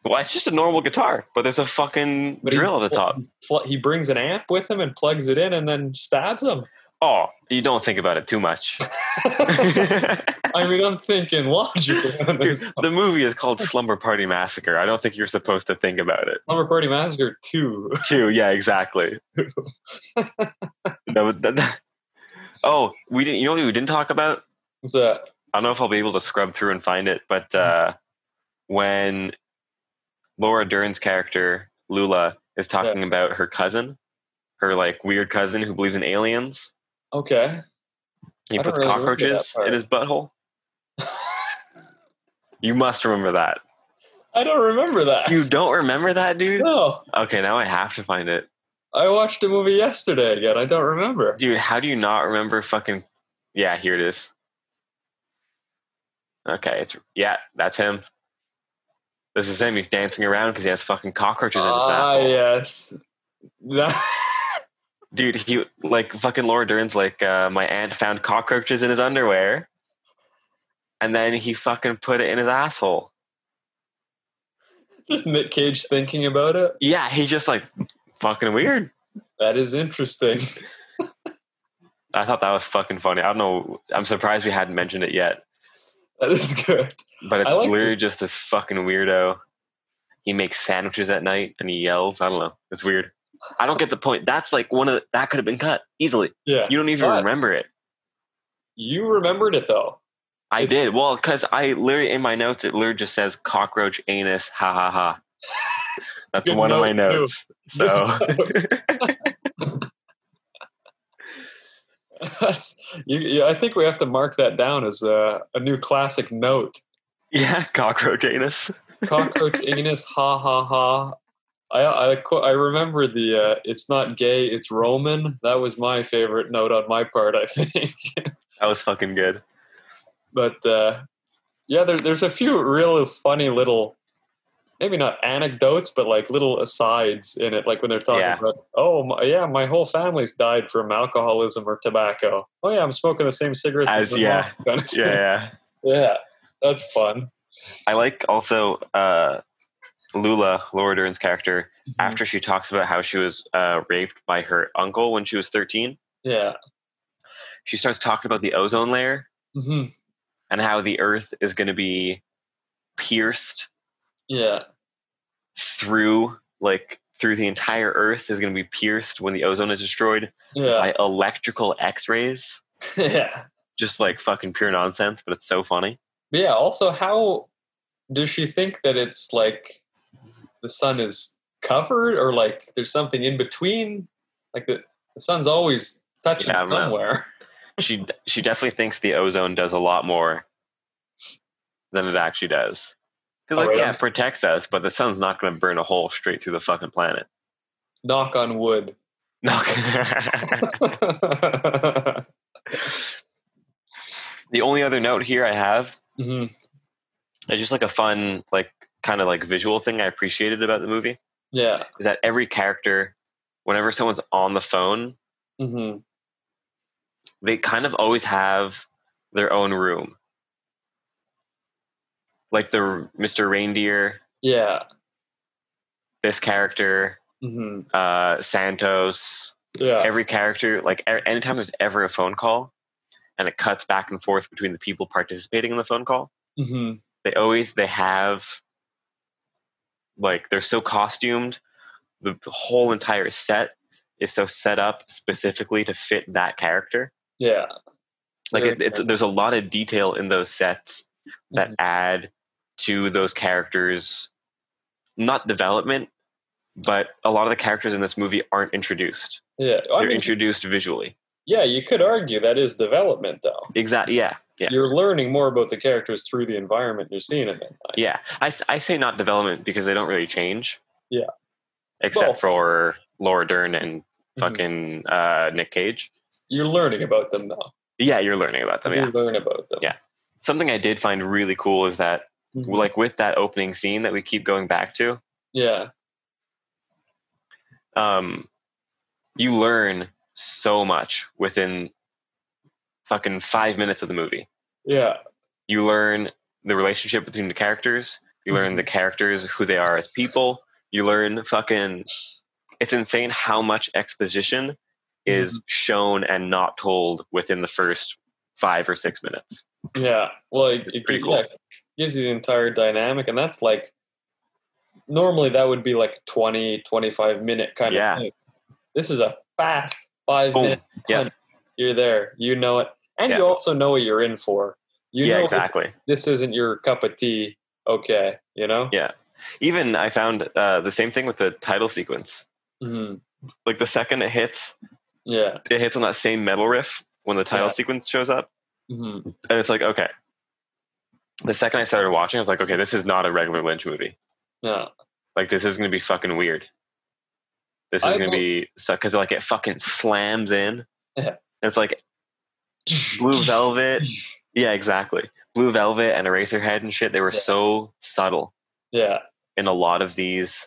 well, it's just a normal guitar, but there's a fucking
But he's-
drill at the top.
Pl- He brings an amp with him and plugs it in, and then stabs him.
Oh, you don't think about it too much.
I mean, I'm thinking logically. on this.
the movie is called Slumber Party Massacre. I don't think you're supposed to think about it.
Slumber Party Massacre two.
Two, yeah, exactly. That would- that- that- oh, we didn't. You know what we didn't talk about?
What's that?
I don't know if I'll be able to scrub through and find it, but
Mm.
uh, when Laura Dern's character Lula is talking about her cousin, her like weird cousin who believes in aliens,
Okay.
he
I don't
puts
really remember that
cockroaches
part.
in his butthole. you must remember that.
I don't remember that.
You don't remember that, dude?
no,
Okay, now I have to find it.
I watched a movie yesterday again. I don't remember.
Dude, how do you not remember fucking Yeah, here it is. Okay, it's yeah, that's him. This is him. He's dancing around because he has fucking cockroaches in his
Ah,
asshole.
yes. That-
Dude, he like fucking Laura Dern's like uh, my aunt found cockroaches in his underwear, and then he fucking put it in his asshole.
just Nick Cage thinking about it.
Yeah, he just like fucking weird.
That is interesting.
I thought that was fucking funny. I don't know. I'm surprised we hadn't mentioned it yet.
That is good.
But it's
I like
literally
this.
just this fucking weirdo. He makes sandwiches at night and he yells. I don't know. It's weird. I don't get the point. That's like one of the, that could have been cut easily.
Yeah.
You don't even
But-
remember it.
You remembered it though.
I
It's-
did. Well, because I literally in my notes it literally just says cockroach anus. Ha ha ha. That's
Good
one of my
note, too.
notes. So
That's, you, yeah, I think we have to mark that down as a, a new classic note.
yeah, cockroach anus.
Cockroach anus, ha ha ha. I I, qu- I remember the uh, it's not gay, it's Roman. That was my favorite note on my part, I think.
That was fucking good.
but uh, yeah, there, there's a few real funny little, maybe not anecdotes, but like little asides in it. Like when they're talking
Yeah.
about, oh my, yeah, my whole family's died from alcoholism or tobacco. Oh yeah, I'm smoking the same cigarettes
As-
my
yeah.
mom," kind of
Yeah,
thing.
yeah.
yeah, that's fun.
I like also uh, Lula Laura Dern's character
Mm-hmm.
after she talks about how she was uh, raped by her uncle when she was 13
yeah,
she starts talking about the ozone layer
hmm
and how the earth is going to be pierced
yeah.
through like through the entire earth is going to be pierced when the ozone is destroyed
Yeah,
by electrical x-rays
yeah,
just like fucking pure nonsense but it's so funny
But yeah. Also, how does she think that it's like the sun is covered, or like there's something in between? Like the, the sun's always touching
Yeah, I don't know.
somewhere.
she she definitely thinks the ozone does a lot more than it actually does because like
Oh, really?
yeah it protects us but the sun's not going to burn a hole straight through the fucking planet
Knock on wood.
no
Mhm.
the only other note here I have
Mm-hmm.
is just like a fun, like kind of like visual thing I appreciated about the movie
Yeah.
is that every character, whenever someone's on the phone,
hmm
they kind of always have their own room. Like the r- Mr. Reindeer,
Yeah.
this character,
hmm
uh, Santos,
Yeah.
every character, like e- anytime there's ever a phone call and it cuts back and forth between the people participating in the phone call,
hmm
they always they have like they're so costumed the, the whole entire set is so set up specifically to fit that character
Yeah.
like
Yeah,
it, it's,
yeah.
there's a lot of detail in those sets that
Mhm.
add to those characters not development but a lot of the characters in this movie aren't introduced
Yeah. I
they're
mean,
introduced visually
yeah, you could argue that is development, though.
exactly yeah yeah
You're learning more about the characters through the environment you're seeing them in.
yeah I, s- I say not development because they don't really change
Yeah.
except
Well- Mm-hmm.
for laura dern and fucking uh, Nick Cage.
You're learning about them now.
Yeah, you're learning about them.
you
Yeah.
learn about them.
Yeah. Something I did find really cool is that,
Mhm.
like, with that opening scene that we keep going back to,
yeah.
um, you learn so much within fucking five minutes of the movie.
Yeah.
you learn the relationship between the characters you learn the characters who they are as people you learn fucking it's insane how much exposition is shown and not told within the first five or six minutes
Yeah, well, it,
It's
it,
pretty
gi-
cool.
yeah, it gives you the entire dynamic, and that's like normally that would be like 20, 25 minute kind
Yeah.
of thing. This is a fast five
Boom.
minute.
Yeah.
punch. you're there. You know it, and
Yeah.
you also know what you're in for. You
yeah
know
exactly
if this isn't your cup of tea. Okay, you know.
Yeah. even i found uh, the same thing with the title sequence
Mhm.
like the second it hits
Yeah.
it hits on that same metal riff when the title
Yeah.
sequence shows up
Mhm.
and it's like okay the second i started watching i was like okay this is not a regular lynch movie
Yeah.
Like this is gonna be fucking weird. This is
I
gonna
don't-
be suck because like it fucking slams in.
Yeah.
It's like Blue Velvet. Yeah, exactly. Blue Velvet and Eraserhead and shit. They were
Yeah.
so subtle
Yeah.
in a lot of these,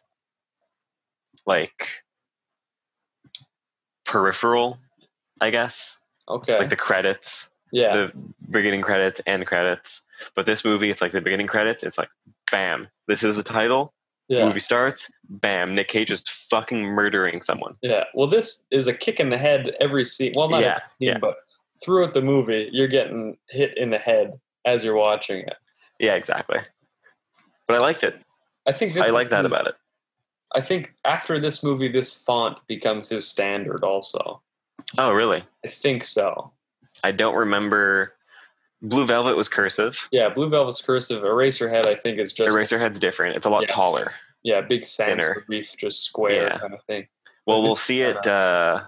like peripheral, I guess,
Okay.
like the credits,
yeah.
the beginning credits and credits. But this movie, it's like the beginning credits. It's like, bam, this is the title
yeah.
movie starts, bam, Nick Cage is fucking murdering someone.
Yeah. Well, this is a kick in the head every scene. Well, not
Yeah,
every scene,
yeah.
but throughout the movie, you're getting hit in the head as you're watching it.
Yeah, exactly. But I liked it.
I think this
I like that about it.
I think after this movie, this font becomes his standard. Also,
Oh, really?
I think so.
I don't remember. Blue Velvet was cursive.
Yeah, Blue Velvet's cursive Eraserhead, I think, is just
Eraserhead's different. It's a lot
Yeah.
taller.
yeah, big sans
Thinner.
relief, just square
Yeah.
kind of thing.
Well,
Okay.
we'll see it uh,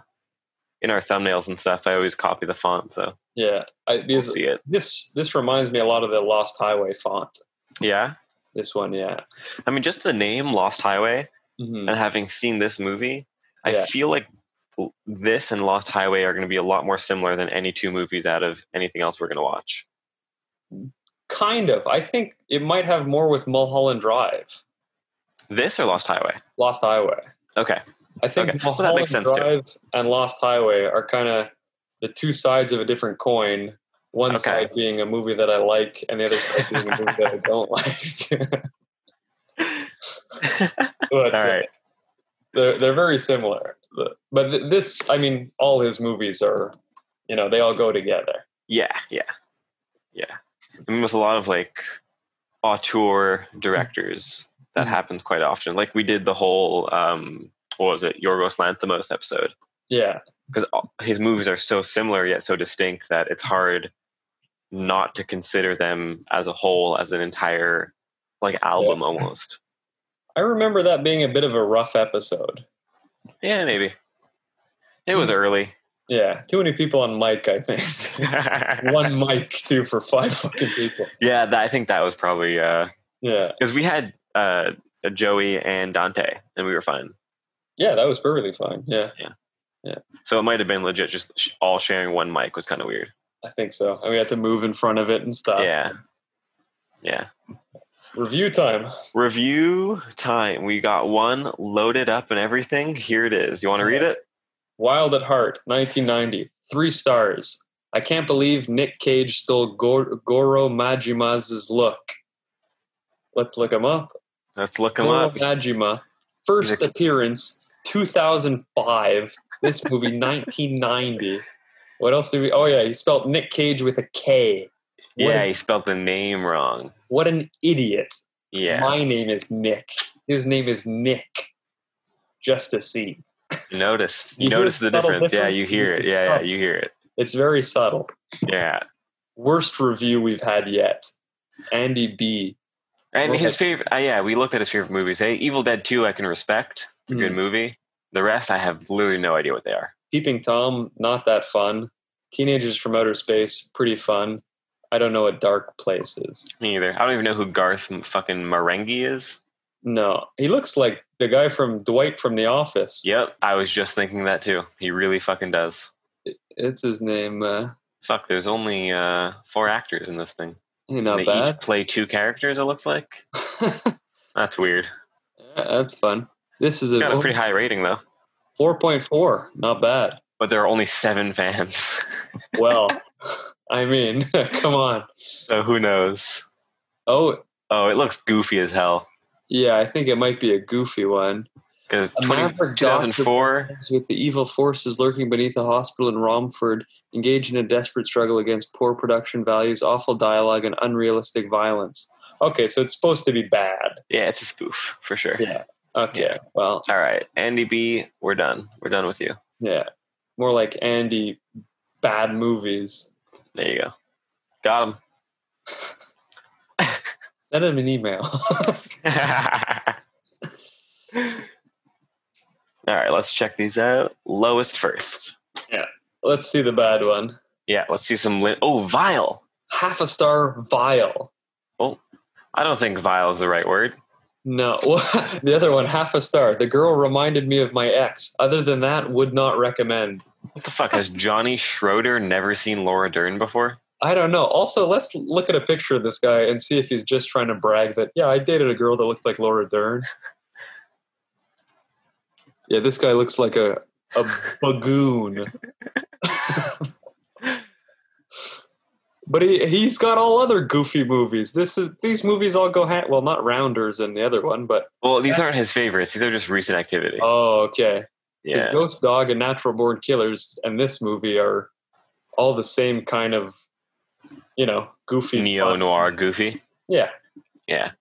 in our thumbnails and stuff. I always copy the font, so
Yeah, I,
we'll
because
see it.
this this reminds me a lot of the Lost Highway font.
Yeah.
This one, yeah,
I mean, just the name Lost Highway
hmm
and having seen this movie, I
Yeah.
feel like this and Lost Highway are going to be a lot more similar than any two movies out of anything else we're going to watch.
kind of. I think it might have more with Mulholland Drive,
This or Lost Highway?
Lost Highway.
Okay.
I think
Okay. Well,
Mulholland
that makes sense, too.
Drive and Lost Highway are kind of the two sides of a different coin. One
Okay.
side being a movie that I like, and the other side being a movie that I don't like.
All
but uh,
right.
they're they're very similar. But- But th- this, I mean, all his movies are, you know, they all go together.
Yeah, yeah, yeah. I mean, with a lot of like auteur directors, that
Mhm.
happens quite often. Like we did the whole, um, what was it, Yorgos Lanthimos episode,
Yeah,
because his movies are so similar yet so distinct that it's hard not to consider them as a whole, as an entire like album almost.
I remember that being a bit of a rough episode.
Yeah, maybe. It was early.
Yeah, too many people on mic. I think one mic too for five fucking people.
Yeah, that, I think that was probably uh
Yeah,
because we had uh Joey and Dante, and we were fine.
yeah, that was perfectly fine. Yeah,
So it might have been legit. Just sh- all sharing one mic was kind of weird.
I think so. And we had to move in front of it and stuff.
yeah, yeah.
Review time.
Review time. We got one loaded up and everything. Here it is. You want to read it?
Wild at Heart, 1990. Three stars. I can't believe Nick Cage stole Gor- Goro Majimaz's look. Let's look him up.
Let's look him
Goro
up.
Majima, first
Nick-
appearance, 2005. This movie, 1990. What else did we? Oh, yeah, he spelled Nick Cage with a K. What,
Yeah,
an,
he spelled the name wrong.
what an idiot.
Yeah,
My name is Nick. His name is Nick. Just a C.
notice.
You
You
hear
notice
the
the
subtle
difference. Yeah,
difference?
you hear it. Yeah, yeah, you hear it.
It's very subtle.
Yeah.
worst review we've had yet. Andy B.
And
Well,
his
that-
favorite, uh, yeah, we looked at his favorite movies. Hey, Evil Dead 2, I can respect. It's a
Mm.
good movie. The rest, I have literally no idea what they are.
Peeping Tom, not that fun. Teenagers from Outer Space, pretty fun. I don't know what Dark Place is.
Me either. I don't even know who Garth m- fucking Marenghi is.
No, he looks like the guy from Dwight from The Office.
Yep, I was just thinking that too. He really fucking does.
It's his name. Uh,
Fuck, there's only uh, four actors in this thing.
hey,
And
not
they each play two characters, it looks like.
bad.
That's weird.
That's fun. This is a
Got a pretty high rating, though.
4.4. Not bad.
But there are only seven fans.
Well, I mean, come on.
so who knows?
Oh,
Oh, it looks goofy as hell.
yeah, I think it might be a goofy one.
Because
A maverick doctor
2004,
Friends With the evil forces lurking beneath the hospital in Romford, engage in a desperate struggle against poor production values, awful dialogue, and unrealistic violence. Okay, so it's supposed to be bad.
yeah, it's a spoof for sure.
Yeah. Okay.
Yeah.
Well,
All right, Andy B, we're done. We're done with you.
yeah. More like Andy bad movies.
There you go. Got him.
Send him an email.
All right, let's check these out. Lowest first.
Let's see the bad one.
Yeah, let's see some. Li- oh, vile. Oh,
Half a star vile.
I don't think vile is the right word.
No, the other one, half a star. The girl reminded me of my ex. Other than that, would not recommend.
What the fuck has Johnny Schroeder never seen Laura Dern before?
I don't know. Also, let's look at a picture of this guy and see if he's just trying to brag that, yeah, I dated a girl that looked like Laura Dern. Yeah, this guy looks like a, a bagoon. but he, he's got all other goofy movies. This is These movies all go, ha- well, not Rounders and the other one, but,
Well, these aren't his favorites. These are just recent activity.
oh, okay. His
yeah.
Ghost Dog and Natural Born Killers and this movie are all the same kind of, you know, goofy.
Neo
fun.
noir goofy.
Yeah.
Yeah.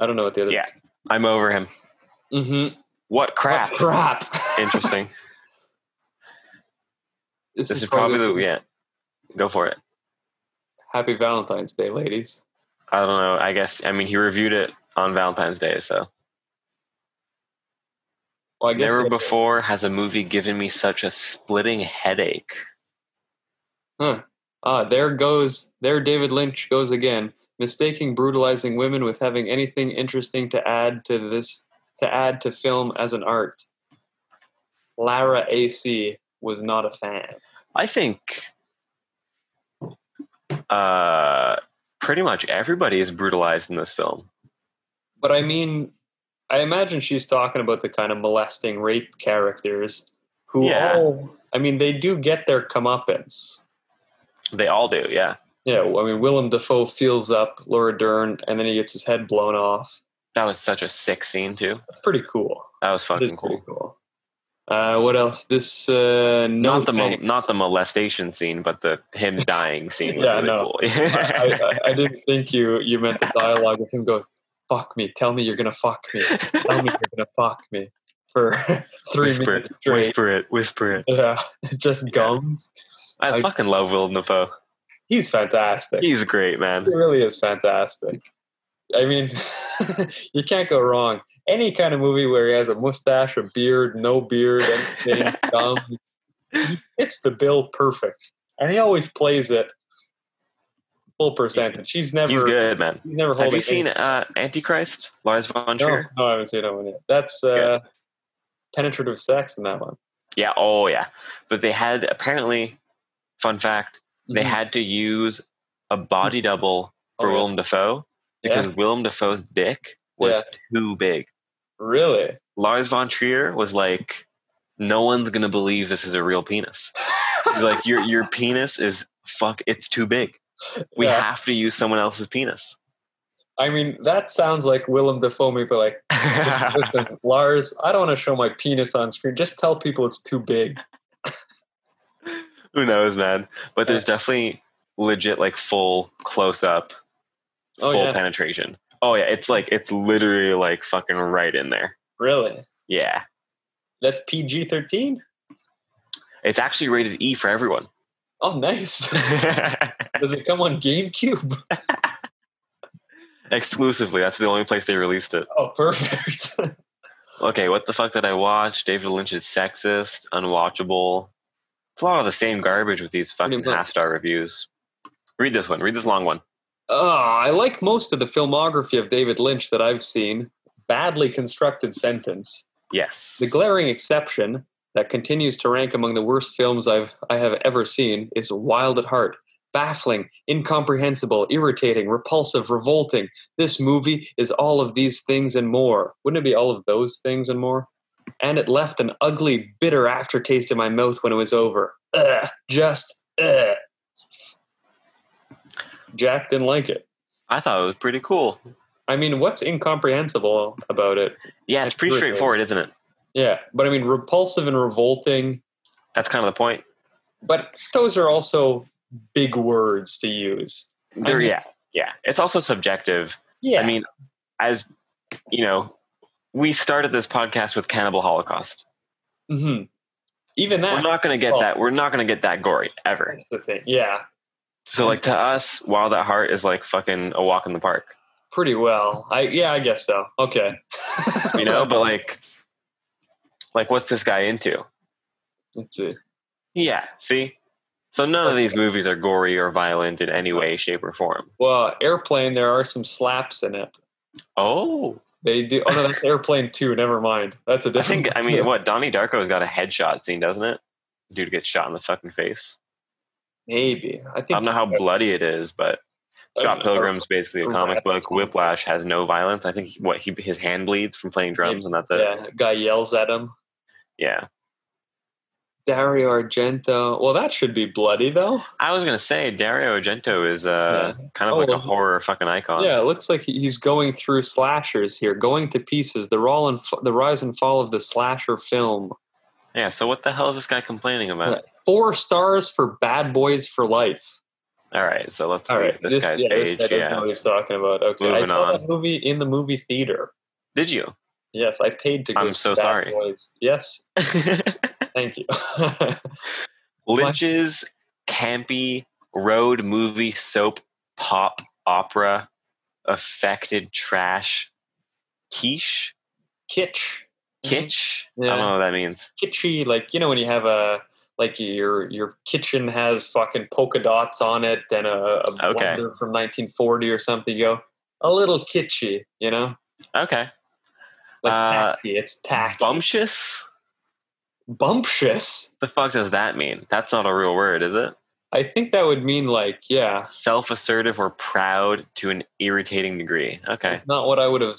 I don't know what the other.
Yeah. I'm over him.
Mm-hmm.
What crap?
Crap.
Interesting.
this,
This is probably the yeah. Go for it.
Happy Valentine's Day, ladies.
I don't know. I guess I mean he reviewed it on Valentine's Day, so
Well, I guess
never before has a movie given me such a splitting headache.
ah, there goes there. David Lynch goes again, mistaking brutalizing women with having anything interesting to add to this to add to film as an art. Lara AC was not a fan.
I think uh, pretty much everybody is brutalized in this film.
But I mean, I imagine she's talking about the kind of molesting rape characters who
Yeah.
all, I mean, they do get their comeuppance.
They all do, yeah.
Yeah, well, I mean, Willem Dafoe feels up Laura Dern and then he gets his head blown off.
That was such a sick scene too.
That's pretty cool.
That was
That is
fucking
pretty
cool.
cool. Uh, what else? This, uh, no
Not the mo-
Thanks.
not the molestation scene, but the him dying scene was
Yeah,
really
no.
cool.
I, I, I didn't think you, you meant the dialogue of him goes, fuck me, tell me you're gonna fuck me, tell me you're gonna fuck me for three
whisper it,
minutes straight.
whisper it, whisper it.
Yeah, just gums.
I,
I-
fucking love Willem Dafoe.
he's fantastic.
He's great, man.
he really is fantastic. I mean, you can't go wrong. Any kind of movie where he has a mustache, a beard, no beard, anything, dumb, he fits the bill perfect. And he always plays it full percentage. He's never,
He's good, man.
he's never holding
Have you seen
any-
uh, Antichrist? Lars von
No,
Trier.
no, I haven't seen that one yet. That's uh,
Good.
penetrative sex in that one.
Yeah. Oh, yeah. But they had apparently, fun fact, they had to use a body double for
Mm-hmm. Oh, yeah.
Willem Dafoe
Yeah.
because Willem Dafoe's dick was too big.
Really?
Lars von Trier was like, "No one's gonna believe this is a real penis." He's like, "Your your penis is fuck. It's too big. We
Yeah.
have to use someone else's penis."
I mean, that sounds like Willem Dafoe, me, but like, Listen, Lars, I don't want to show my penis on screen. Just tell people it's too big.
Who knows, man? But there's definitely legit like full close up,
Oh,
full
yeah.
penetration. Oh yeah, it's like it's literally like fucking right in there.
Really?
Yeah,
That's PG 13?
it's actually rated E for everyone.
Oh, nice. Does it come on GameCube?
Exclusively, that's the only place they released it.
Oh, perfect.
Okay, what the fuck did I watch? David Lynch is sexist, unwatchable. It's a lot of the same garbage with these
do you
fucking
mean?
half star reviews. Read this one. Read this long one.
Ah, oh, I like most of the filmography of David Lynch that I've seen, badly constructed sentence,
Yes.
the glaring exception that continues to rank among the worst films I've I have ever seen is Wild at Heart. Baffling, incomprehensible, irritating, repulsive, revolting. This movie is all of these things and more. Wouldn't it be all of those things and more? And it left an ugly, bitter aftertaste in my mouth when it was over. Ugh, just ugh. Jack didn't like it.
I thought it was pretty cool.
I mean, what's incomprehensible about it?
Yeah, it's
That's
pretty
good, though.
straightforward, isn't it?
Yeah, but I mean, repulsive and revolting.
That's kind of the point.
But those are also big words to use.
There,
mean-
yeah, yeah. It's also subjective.
Yeah,
I mean, as you know, we started this podcast with Cannibal Holocaust.
hmm even
We're
that.
not going to get
well-
that. We're not going to get that gory ever.
that's the thing. Yeah,
So, like to us, Wild at Heart is like fucking a walk in the park,
pretty well. I yeah, I guess so. Okay.
you know. but like, like what's this guy into?
Let's see.
Yeah. See. So none of these movies are gory or violent in any way, shape, or form.
Well, airplane. There are some slaps in it.
Oh,
They do. Oh no, that's airplane two. Never mind. That's a
I
different.
think I mean what Donnie Darko's got a headshot scene, doesn't it? Dude gets shot in the fucking face.
maybe. I think.
I don't know how bloody it is, but Scott
Okay.
Pilgrim's basically a comic
Right.
book. Whiplash has no violence. I think he- what he his hand bleeds from playing drums, and that's it.
yeah, guy yells at him.
Yeah,
Dario Argento. Well, that should be bloody though.
I was gonna say Dario Argento is uh, kind of
Oh,
like a
well,
horror fucking icon.
Yeah, it looks like he- he's going through slashers here, going to pieces. The roll and f- the rise and fall of the slasher film.
Yeah, So what the hell is this guy complaining about?
Four stars for Bad Boys for Life.
All right, so let's
All
leave
right,
this, guy's
yeah,
page.
This guy doesn't know
yeah.
what he's talking about. Okay, I
Moving
saw
on.
that movie in the movie theater.
Did you?
Yes, I paid to go.
I'm
see
so
Bad
sorry.
Boys. Yes, thank you.
Lynch's campy road movie soap pop opera affected trash quiche
Kitsch,
kitsch i
Mm-hmm. Yeah.
don't know what that means
kitschy, like you know when you have a like your your kitchen has fucking polka dots on it and a, a
Okay.
blender from 1940 or something. You go a little kitschy, you know.
okay
Like
Uh,
tacky. It's tacky.
bumptious
Bumptious.
the fuck does that mean that's not a real word is it
I think that would mean like, yeah.
self-assertive or proud to an irritating degree okay
It's not what I would have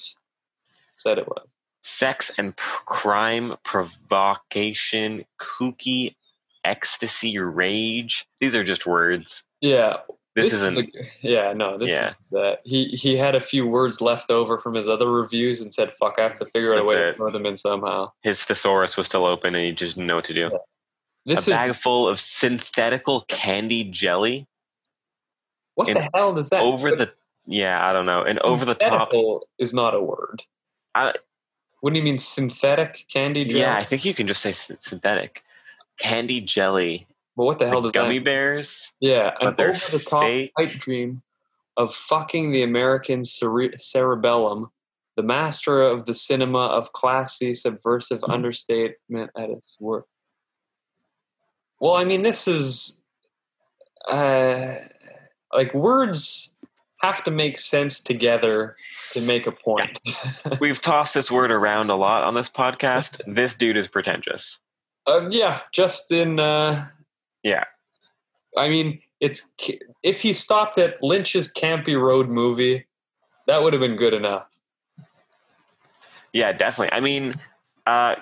said it was.
sex and p- crime provocation kooky ecstasy rage these are just words
Yeah.
this, isn't
the- yeah, no, this
Yeah.
is that. He he had a few words left over from his other reviews and said, fuck, I have to figure out a way
That's
to
it.
throw them in somehow.
his thesaurus was still open and he just didn't know what to do.
This
a
is
bag full of synthetical candy jelly
what
in-
the hell does that
over the yeah, I don't know. And over the top
Synthetical is not a word.
I-
what do you mean synthetic candy gel?
yeah, I think you can just say syn- synthetic candy jelly.
But what the hell
The
does
gummy
that
bears.
Yeah,
but
an
they're
over the top
fake.
pipe dream of fucking the American cere- cerebellum, the master of the cinema of classy, subversive understatement at its work. Well, I mean, this is uh, like words have to make sense together to make a point.
We've tossed this word around a lot on this podcast. This dude is pretentious.
Uh, yeah, just in. Uh,
Yeah.
I mean, it's if he stopped at Lynch's campy road movie, that would have been good enough.
Yeah, definitely. I mean, uh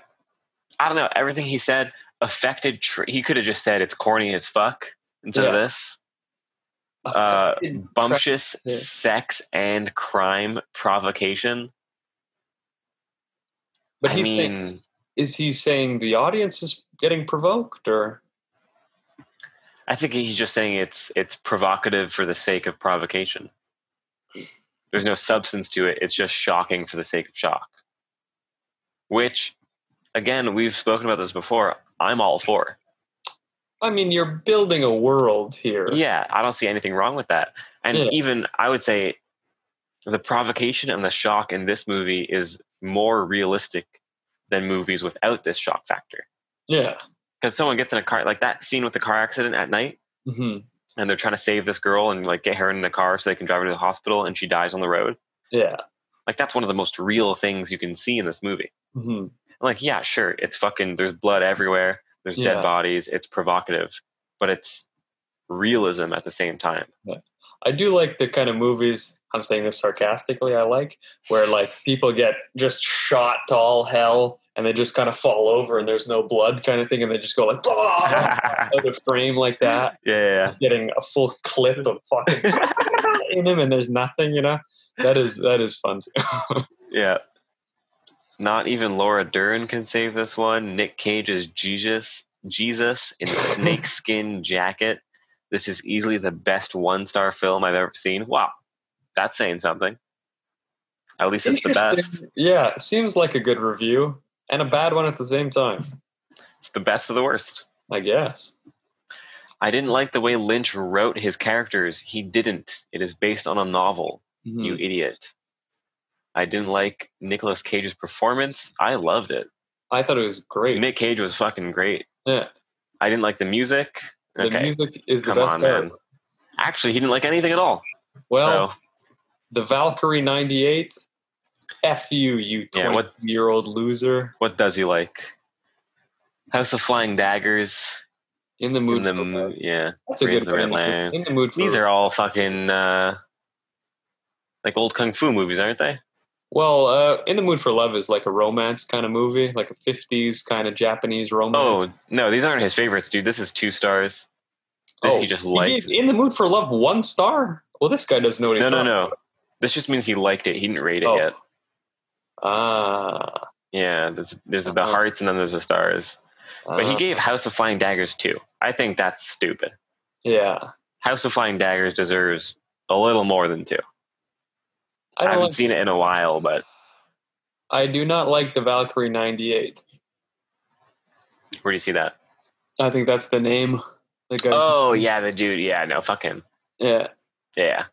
I don't know, everything he said affected tr- he could have just said it's corny as fuck instead of
Yeah.
this. Uh,
Fucking crap.
bumptious
Yeah.
sex and crime provocation.
but
I
he's
mean,
saying, is he saying the audience is getting provoked, or
I think he's just saying it's it's provocative for the sake of provocation. There's no substance to it. It's just shocking for the sake of shock. Which, again, we've spoken about this before. I'm all for.
I mean, you're building a world here.
Yeah, I don't see anything wrong with that. And
Yeah.
even I would say the provocation and the shock in this movie is more realistic than movies without this shock factor.
yeah.
because someone gets in a car like that scene with the car accident at night
hmm
and they're trying to save this girl and like get her in the car so they can drive her to the hospital and she dies on the road
yeah.
Like that's one of the most real things you can see in this movie.
hmm
I'm like, yeah, sure, it's fucking there's blood everywhere, there's
Yeah.
dead bodies, it's provocative, but it's realism at the same time.
I do like the kind of movies. I'm saying this sarcastically. I like where like people get just shot to all hell and they just kind of fall over and there's no blood kind of thing, and they just go like "Ah!"
yeah,
out of frame like that,
yeah,
getting a full clip of fucking
yeah.
in him, and there's nothing. You know, that is that is fun. Too.
Yeah. Not even Laura Dern can save this one. Nick Cage's Jesus Jesus in a snakeskin jacket. This is easily the best one star film I've ever seen. Wow. That's saying something. At least it's the best.
Interesting. Yeah, it seems like a good review and a bad one at the same time.
It's the best of the worst.
I guess.
I didn't like the way Lynch wrote his characters. He didn't. It is based on a novel. You
Mhm.
idiot. I didn't like Nicolas Cage's performance. I loved it.
I thought it was great.
Nick Cage was fucking great.
Yeah.
I didn't like the music.
the
okay.
music is the
Come
best
on,
part.
man. Actually, he didn't like anything at all.
Well,
so
the Valkyrie 98. F you, you
Yeah,
20
what-
year old loser.
what does he like? House of Flying Daggers.
In the mood.
In the
for
mo-
that.
yeah.
That's a
Raise
good
the
one.
Red
In the-
Lion.
In the mood for
These are all fucking uh, like old kung fu movies, aren't they?
Well, uh, In the Mood for Love is like a romance kind of movie, like a 50s kind of Japanese romance.
Oh no, these aren't his favorites, dude. This is two stars. This
Oh,
he just
he
liked.
gave In the Mood for Love one star? Well, this guy doesn't know what he's
No, no,
talking
no. This just means he liked it. He didn't rate it
Oh.
yet.
Ah.
Yeah, there's, there's the
Uh-huh.
hearts and then there's the stars. But he gave House of Flying Daggers two. I think that's stupid.
Yeah.
House of Flying Daggers deserves a little more than two. I
I, don't
haven't
like,
seen it in a while, but
I do not like the Valkyrie 98.
where do you see that?
I think that's the name. The guy.
Oh yeah, the dude. Yeah, no, fuck him.
Yeah.
Yeah,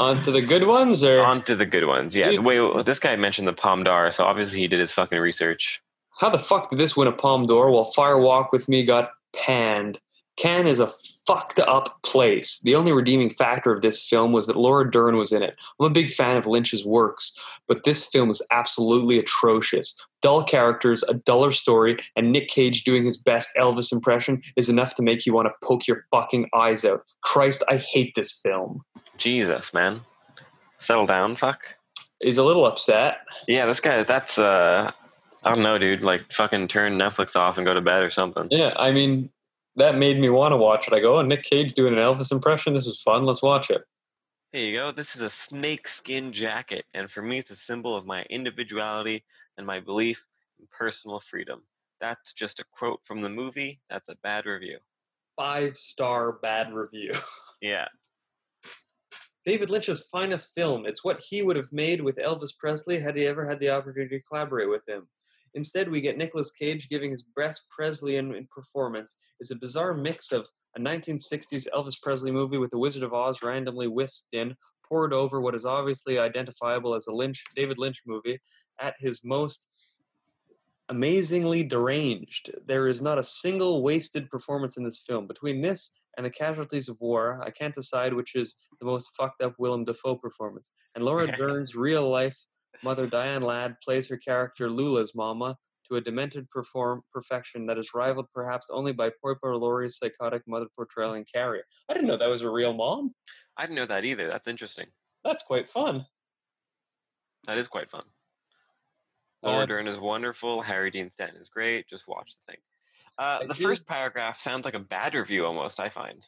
On to the good ones, or
on to the good ones. Yeah, the way this guy mentioned the Palm d'Or, so obviously he did his fucking research.
how the fuck did this win a Palm d'Or while Fire Walk with Me got panned? Cannes is a fucked up place. The only redeeming factor of this film was that Laura Dern was in it. I'm a big fan of Lynch's works, but this film is absolutely atrocious. Dull characters, a duller story, and Nick Cage doing his best Elvis impression is enough to make you want to poke your fucking eyes out. Christ, I hate this film.
Jesus, man, settle down, fuck.
He's a little upset.
Yeah, this guy. That's uh, I don't know, dude. Like fucking turn Netflix off and go to bed or something.
Yeah, I mean, that made me want to watch it. I go, oh, Nick Cage doing an Elvis impression. This is fun. Let's watch it.
There you go. This is a snake skin jacket, and for me, it's a symbol of my individuality and my belief in personal freedom. That's just a quote from the movie. That's a bad review.
Five star bad review.
Yeah.
David Lynch's finest film. It's what he would have made with Elvis Presley had he ever had the opportunity to collaborate with him. Instead, we get Nicolas Cage giving his best Presleyan performance. It's a bizarre mix of a 1960s Elvis Presley movie with The Wizard of Oz randomly whisked in, poured over what is obviously identifiable as a Lynch, David Lynch movie at his most amazingly deranged. There is not a single wasted performance in this film. Between this and The Casualties of War, I can't decide which is the most fucked up Willem Dafoe performance. And Laura Dern's real life mother, Diane Ladd, plays her character Lula's mama to a demented perform- perfection that is rivaled perhaps only by Poipo Laurie's psychotic mother portrayal in Carrie. I didn't know that was a real mom.
I didn't know that either. That's interesting.
That's quite fun.
That is quite fun. Laura
Uh,
Dern is wonderful. Harry Dean Stanton is great. Just watch the thing.
I
Uh, the
do-
first paragraph sounds like a bad review almost, I find.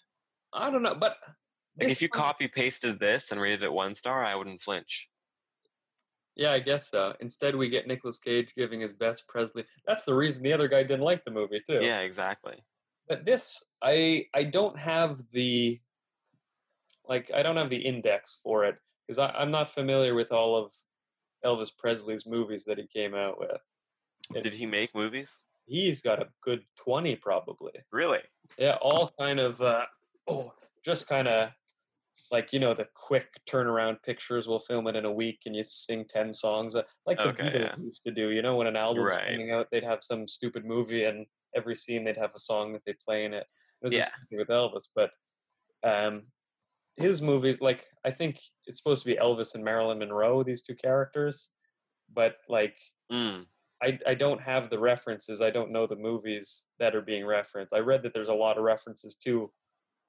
I don't know, but
Like
this
if you
one-
copy pasted this and rated it one star, I wouldn't flinch.
Yeah, I guess so. Instead, we get Nicolas Cage giving his best Presley. That's the reason the other guy didn't like the movie too.
Yeah, exactly.
But this, I I don't have the like I don't have the index for it because I'm not familiar with all of Elvis Presley's movies that he came out with. It-
Did he make movies?
He's got a good twenty probably.
Really?
Yeah, all kind of uh, oh, just kind of like you know the quick turnaround pictures. We'll film it in a week, and you sing ten songs, uh, like the
Okay, yeah.
Beatles used to do. You know, when an album was
Right.
coming out, they'd have some stupid movie, and every scene they'd have a song that they play in it. It was the
Yeah.
same thing with Elvis, but um, his movies, like I think it's supposed to be Elvis and Marilyn Monroe, these two characters, but like
Mm,
I, I don't have the references. I don't know the movies that are being referenced. I read that there's a lot of references to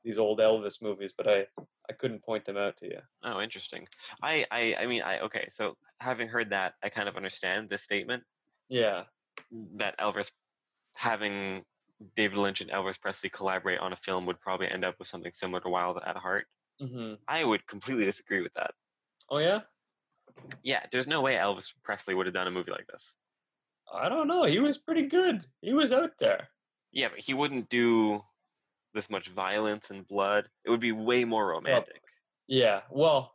these old Elvis movies, but I, I couldn't point them out to you.
oh, interesting. I, I, I mean, I okay. So having heard that, I kind of understand this statement mm,
Yeah.
that Elvis having David Lynch and Elvis Presley collaborate on a film would probably end up with something similar to Wild at Heart.
hmm
I would completely disagree with that.
Oh yeah.
Yeah, there's no way Elvis Presley would have done a movie like this.
I don't know. He was pretty good. He was out there.
Yeah, but he wouldn't do this much violence and blood. It would be way more romantic.
Yeah. Well,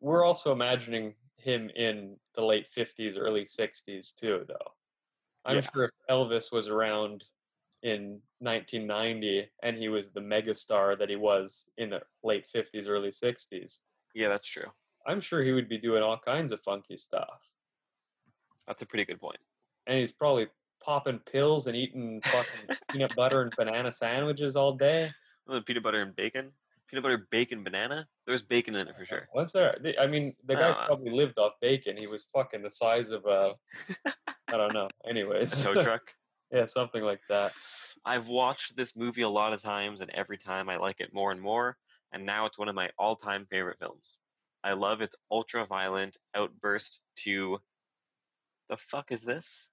we're also imagining him in the late fifties, early sixties too, though. I'm
Yeah.
sure if Elvis was around in 1990 and he was the megastar that he was in the late 50s, early 60s,
Yeah, that's true.
I'm sure he would be doing all kinds of funky stuff.
That's a pretty good point.
And he's probably popping pills and eating fucking peanut butter and banana sandwiches all day.
The peanut butter and bacon, peanut butter, bacon, banana. There's bacon in it for sure.
What's there? I mean, the guy
Uh.
probably lived off bacon. He was fucking the size of a, I don't know.
A
Anyways,
tow truck.
yeah, something like that.
I've watched this movie a lot of times, and every time I like it more and more. And now it's one of my all-time favorite films. I love its ultra-violent outburst to. The fuck is this?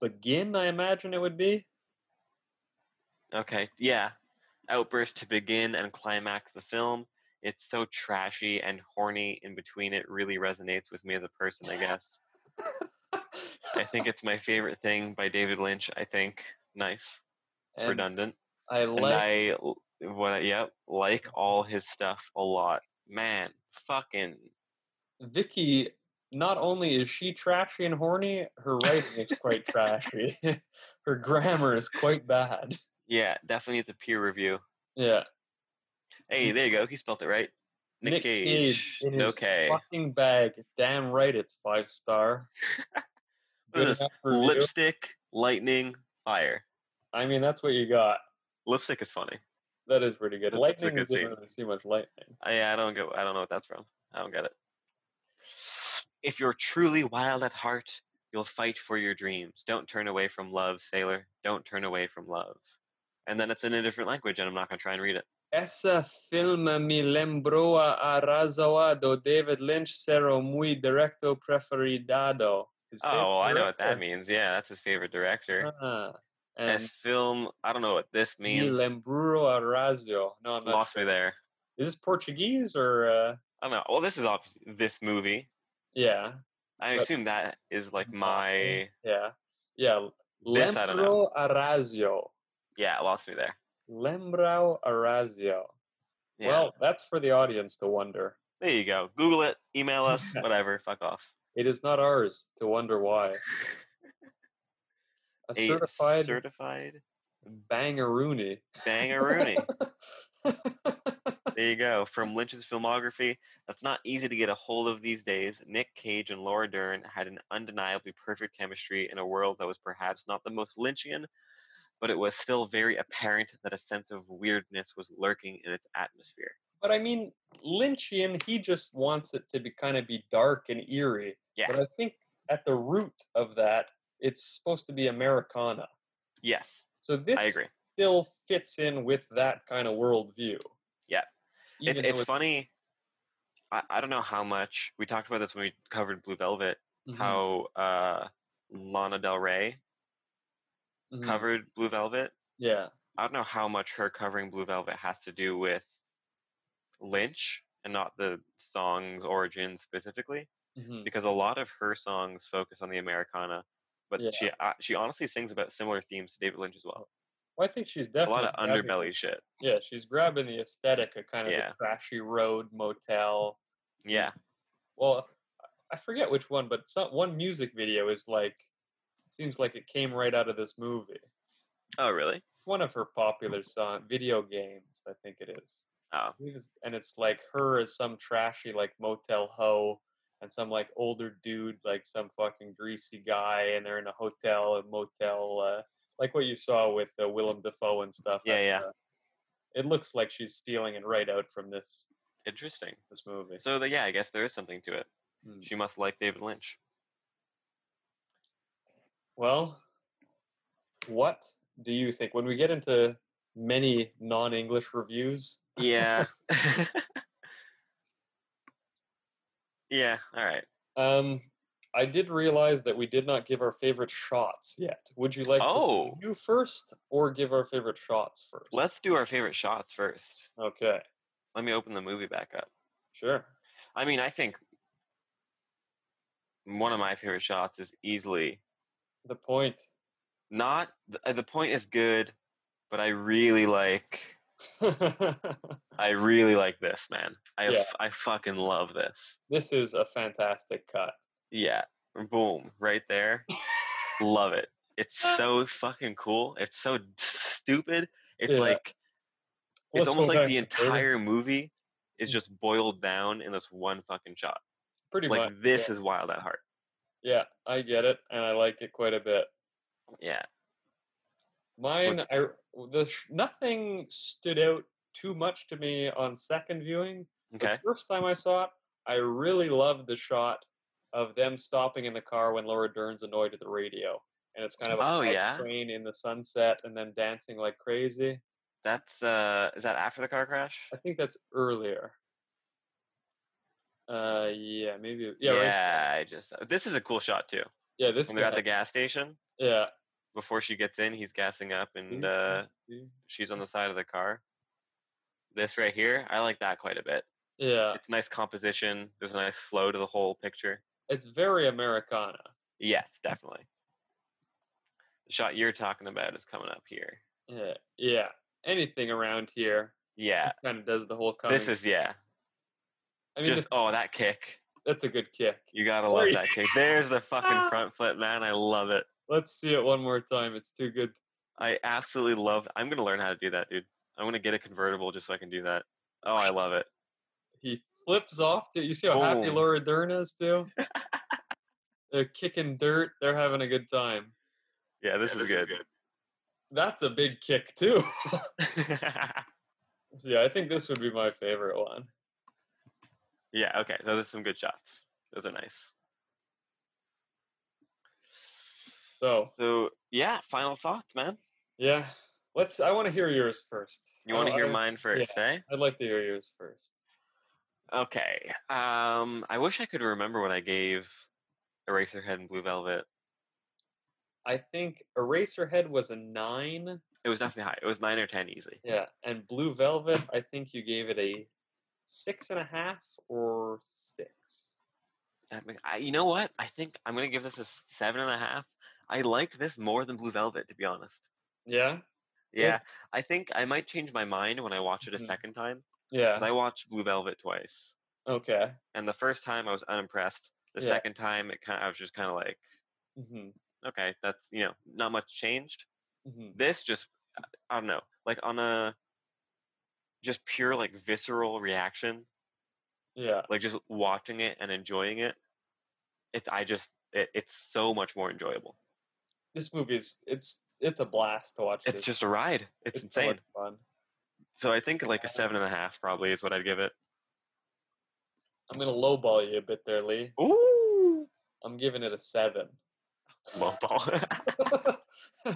Begin, I imagine it would be.
Okay, yeah. Outburst to begin and climax the film. It's so trashy and horny in between. It really resonates with me as a person, I guess. I think it's my favorite thing by David Lynch. I think nice,
And
redundant,
I
and
like.
I l- what? I- Yep, like all his stuff a lot. Man, fucking
Vicky, not only is she trashy and horny, her writing is quite trashy. her grammar is quite bad.
yeah, definitely it's a peer review.
Yeah.
Hey, there you go. He spelled it right. Nick,
Mm. Nick
Cage.
Cage in his
Okay.
Fucking bag. Damn right it's five star. Good
This
enough review.
Lipstick, lightning, fire.
I mean, that's what you got.
Lipstick is funny.
That is pretty good.
That's a
Lightning
good
we
scene.
didn't really see much lightning.
I, I don't go. I don't know what that's from. I don't get it. If you're truly wild at heart, you'll fight for your dreams. Don't turn away from love, sailor. Don't turn away from love. And then it's in a different language, and I'm not gonna try and read it.
Essa filma me lembrou a Arazawa do David Lynch será muy directo preferidado. His
Oh, well, I know what that
favorite
means. Yeah, that's his favorite director.
director. Ah, and
This film, I don't know what this
me
means.
lembrou a Arazo. No, I'm not.
Lost me there.
Is this Portuguese or? Uh,
I don't know. Well, this is off this movie.
yeah,
I
But-
assume that is like my
yeah, yeah.
This I don't know.
Lembrou Arazo.
yeah. it Lost me there.
Lembrou Arazo.
Yeah.
Well, that's for the audience to wonder.
there you go. Google it. Email us. Whatever. Fuck off.
It is not ours to wonder why. A
A
certified
certified
bangaroony.
bangaroonie. there you go. From Lynch's filmography, that's not easy to get a hold of these days. Nick Cage and Laura Dern had an undeniably perfect chemistry in a world that was perhaps not the most Lynchian, but it was still very apparent that a sense of weirdness was lurking in its atmosphere.
But I mean, Lynchian, he just wants it to be kind of be dark and eerie.
Yeah.
But I think at the root of that, it's supposed to be Americana.
Yes,
So this
I agree.
still fits in with that kind of worldview.
Yeah. It,
Even
it's
though
funny. I, I don't know how much we talked about this when we covered Blue Velvet,
Mhm,
how uh, Lana Del Rey
mhm.
covered Blue Velvet.
Yeah.
I don't know how much her covering Blue Velvet has to do with Lynch and not the song's origin specifically,
mhm.
because a lot of her songs focus on the Americana, but
Yeah.
she uh, she honestly sings about similar themes to David Lynch as well.
Well, I think she's
A
definitely
lot of
grabbing-
underbelly shit.
Yeah, she's grabbing the aesthetic of kind of
Yeah.
the trashy road motel.
Yeah,
well i forget which one but some, one music video is like seems like it came right out of this movie
Oh, really?
it's one of her popular song video games i think it is
Oh.
I believe it's- and it's like her as some trashy like motel hoe and some like older dude like some fucking greasy guy and they're in a hotel and motel uh, like what you saw with uh, willem dafoe and stuff
Yeah, yeah.
Uh, it looks like she's stealing it right out from this
Interesting.
This movie.
So the, yeah, I guess there is something to it.
Hmm.
She must like David Lynch.
Well, what do you think when we get into many non-English reviews?
Yeah. yeah. All right.
Um, I did realize that we did not give our favorite shots yet. Would you like
Oh.
to you first or give our favorite shots first?
Let's do our favorite shots first.
okay,
Let me open the movie back up.
sure.
I mean, I think one of my favorite shots is easily
The point.
not the, the point is good, but I really like I really like this man. I
Yeah.
f- I fucking love this.
this is a fantastic cut.
Yeah, boom, right there. love it. It's
Ah.
so fucking cool. It's so stupid. It's
Yeah.
like
Let's
it's almost
go
like
back
the
to Taylor.
entire movie is just boiled down in this one fucking shot.
Mm. Pretty
like
much.
this
yeah.
is wild at heart.
yeah, I get it, and I like it quite a bit.
Yeah.
Mine, I the sh- nothing stood out too much to me on second viewing.
Okay.
The first time I saw it, I really loved the shot of them stopping in the car when Laura Dern's annoyed at the radio, and it's kind of a
Oh,
pipe
yeah?
train in the sunset and them dancing like crazy.
That's uh is that after the car crash?
I think that's earlier. Uh, yeah, maybe yeah, yeah. Right?
I just uh, this is a cool shot too.
yeah this
When they're at
guy-
the gas station,
yeah.
before she gets in, he's gassing up and
Mm-hmm.
uh she's on the side of the car. This right here, I like that quite a bit. Uh,
yeah,
it's nice composition. There's a nice flow to the whole picture.
it's very Americana.
Yes, definitely. The shot you're talking about is coming up here.
Yeah, yeah. Anything around here
Yeah,
kind of does the whole. Coming.
this is yeah.
Oh, I mean,
just oh, that kick.
that's a good kick.
You gotta
Wait.
love that kick. There's the
Ah!
fucking front flip, man. I love it.
Let's see it one more time. It's too good.
I absolutely love. I'm gonna learn how to do that, dude. I'm gonna get a convertible just so I can do that. Oh, I love it.
He flips off. To, you see how happy
Boom.
Laura Dern is too. They're kicking dirt. They're having a good time.
Yeah, this, is, good.
That's a big kick too.
good.
so yeah, I think this would be my favorite one.
yeah. Okay. Those are some good shots. Those are nice.
So
So yeah, final thoughts, man.
yeah, let's. I want to hear yours first.
You want to
I-
hear
I-
mine first, eh?
I'd like to hear yours first.
Okay. Um, I wish I could remember what I gave Eraserhead and Blue Velvet.
I think Eraserhead was a nine.
It was definitely high. It was nine or ten easily.
Yeah, and Blue Velvet. I think you gave it a six and a half or six.
That ma- I, you know what? I think I'm gonna give this a s- seven and a half. I liked this more than Blue Velvet, to be honest.
Yeah.
Yeah, I think I might change my mind when I watch it a
Mhm.
second time. 'cause
Yeah.
I watched Blue Velvet twice,
Okay.
and the first time I was unimpressed. The
Yeah.
second time, it kind of, I was just kind of like,
hmm
okay, that's you know, not much changed.
hmm
this just i don't know like on a just pure like visceral reaction
Yeah.
like just watching it and enjoying it it i just it, it's so much more enjoyable
This movie is it's it's a blast to watch.
it's
this.
just a ride it's,
so
insane
much fun.
so i think like a seven and a half probably is what i'd give it
I'm gonna lowball you a bit there, Lee.
Ooh.
I'm giving it a seven.
Well, Paul.
I-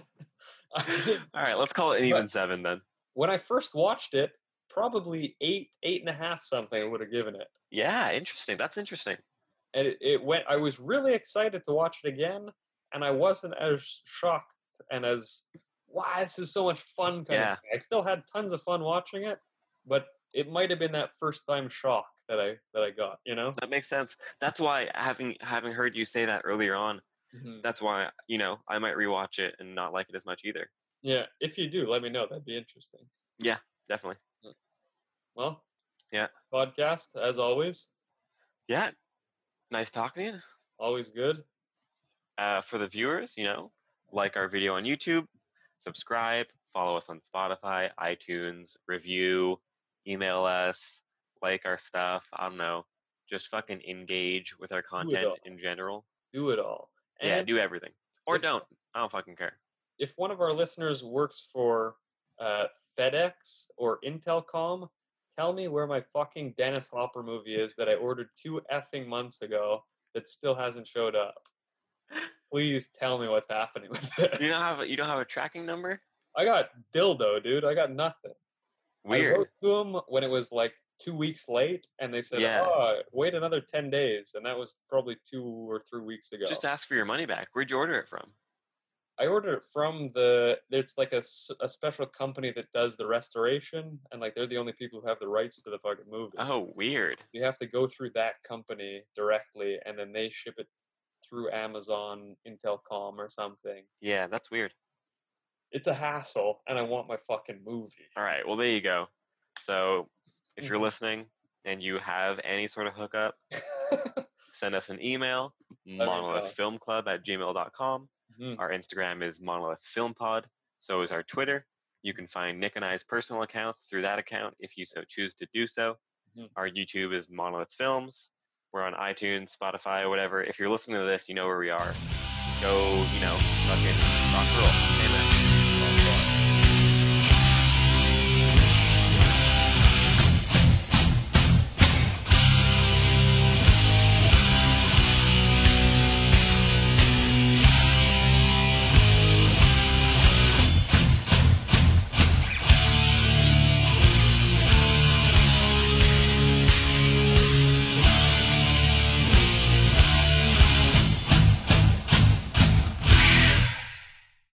all right let's call it an even seven then
when I first watched it, probably eight, eight and a half something I would have given it.
yeah interesting that's interesting
And it, it went I was really excited to watch it again, and I wasn't as shocked and as wow, this is so much fun kind
Yeah.
of thing. I still had tons of fun watching it, but it might have been that first time shock that I that I got, you know?
that makes sense that's why having having heard you say that earlier on
Mhm.
that's why you know i might rewatch it and not like it as much either
Yeah, if you do, let me know. That'd be interesting.
definitely
Well,
Yeah.
Podcast, as always,
yeah nice talking to you
always good.
uh, for the viewers you know like our video on youtube subscribe follow us on spotify itunes review email us like our stuff i don't know just fucking engage with our
all.
content in general
Do it all.
yeah
And
do everything or
if-
don't i don't fucking care
if one of our listeners works for uh, FedEx or Intelcom, tell me where my fucking Dennis Hopper movie is that I ordered two effing months ago that still hasn't showed up. Please tell me what's happening with
You
it.
don't have a, you don't have a tracking number.
I got dildo, dude. I got nothing. I
Weird.
wrote to them when it was like two weeks late, and they said,
Yeah.
"Oh, wait another ten days," and that was probably two or three weeks ago.
Just ask for your money back. Where'd you order it from?
I ordered it from the. It's like a, s- a special company that does the restoration, and like they're the only people who have the rights to the fucking movie.
Oh, weird.
You have to go through that company directly, and then they ship it through Amazon, Intelcom, or something.
Yeah, that's weird.
It's a hassle, and I want my fucking movie.
All right. Well, there you go. So, if you're
Mhm.
listening and you have any sort of hookup, Mm-hmm. send us an email
go.
monolithfilmclub at gmail.com.
Mhm.
Our Instagram is Monolith Film Pod. So is our Twitter. You can find Nick and I's personal accounts through that account if you so choose to do so.
Mhm.
Our YouTube is Monolith Films. We're on iTunes, Spotify, whatever. If you're listening to this, you know where we are. Go, you know, fucking rock and roll. Amen.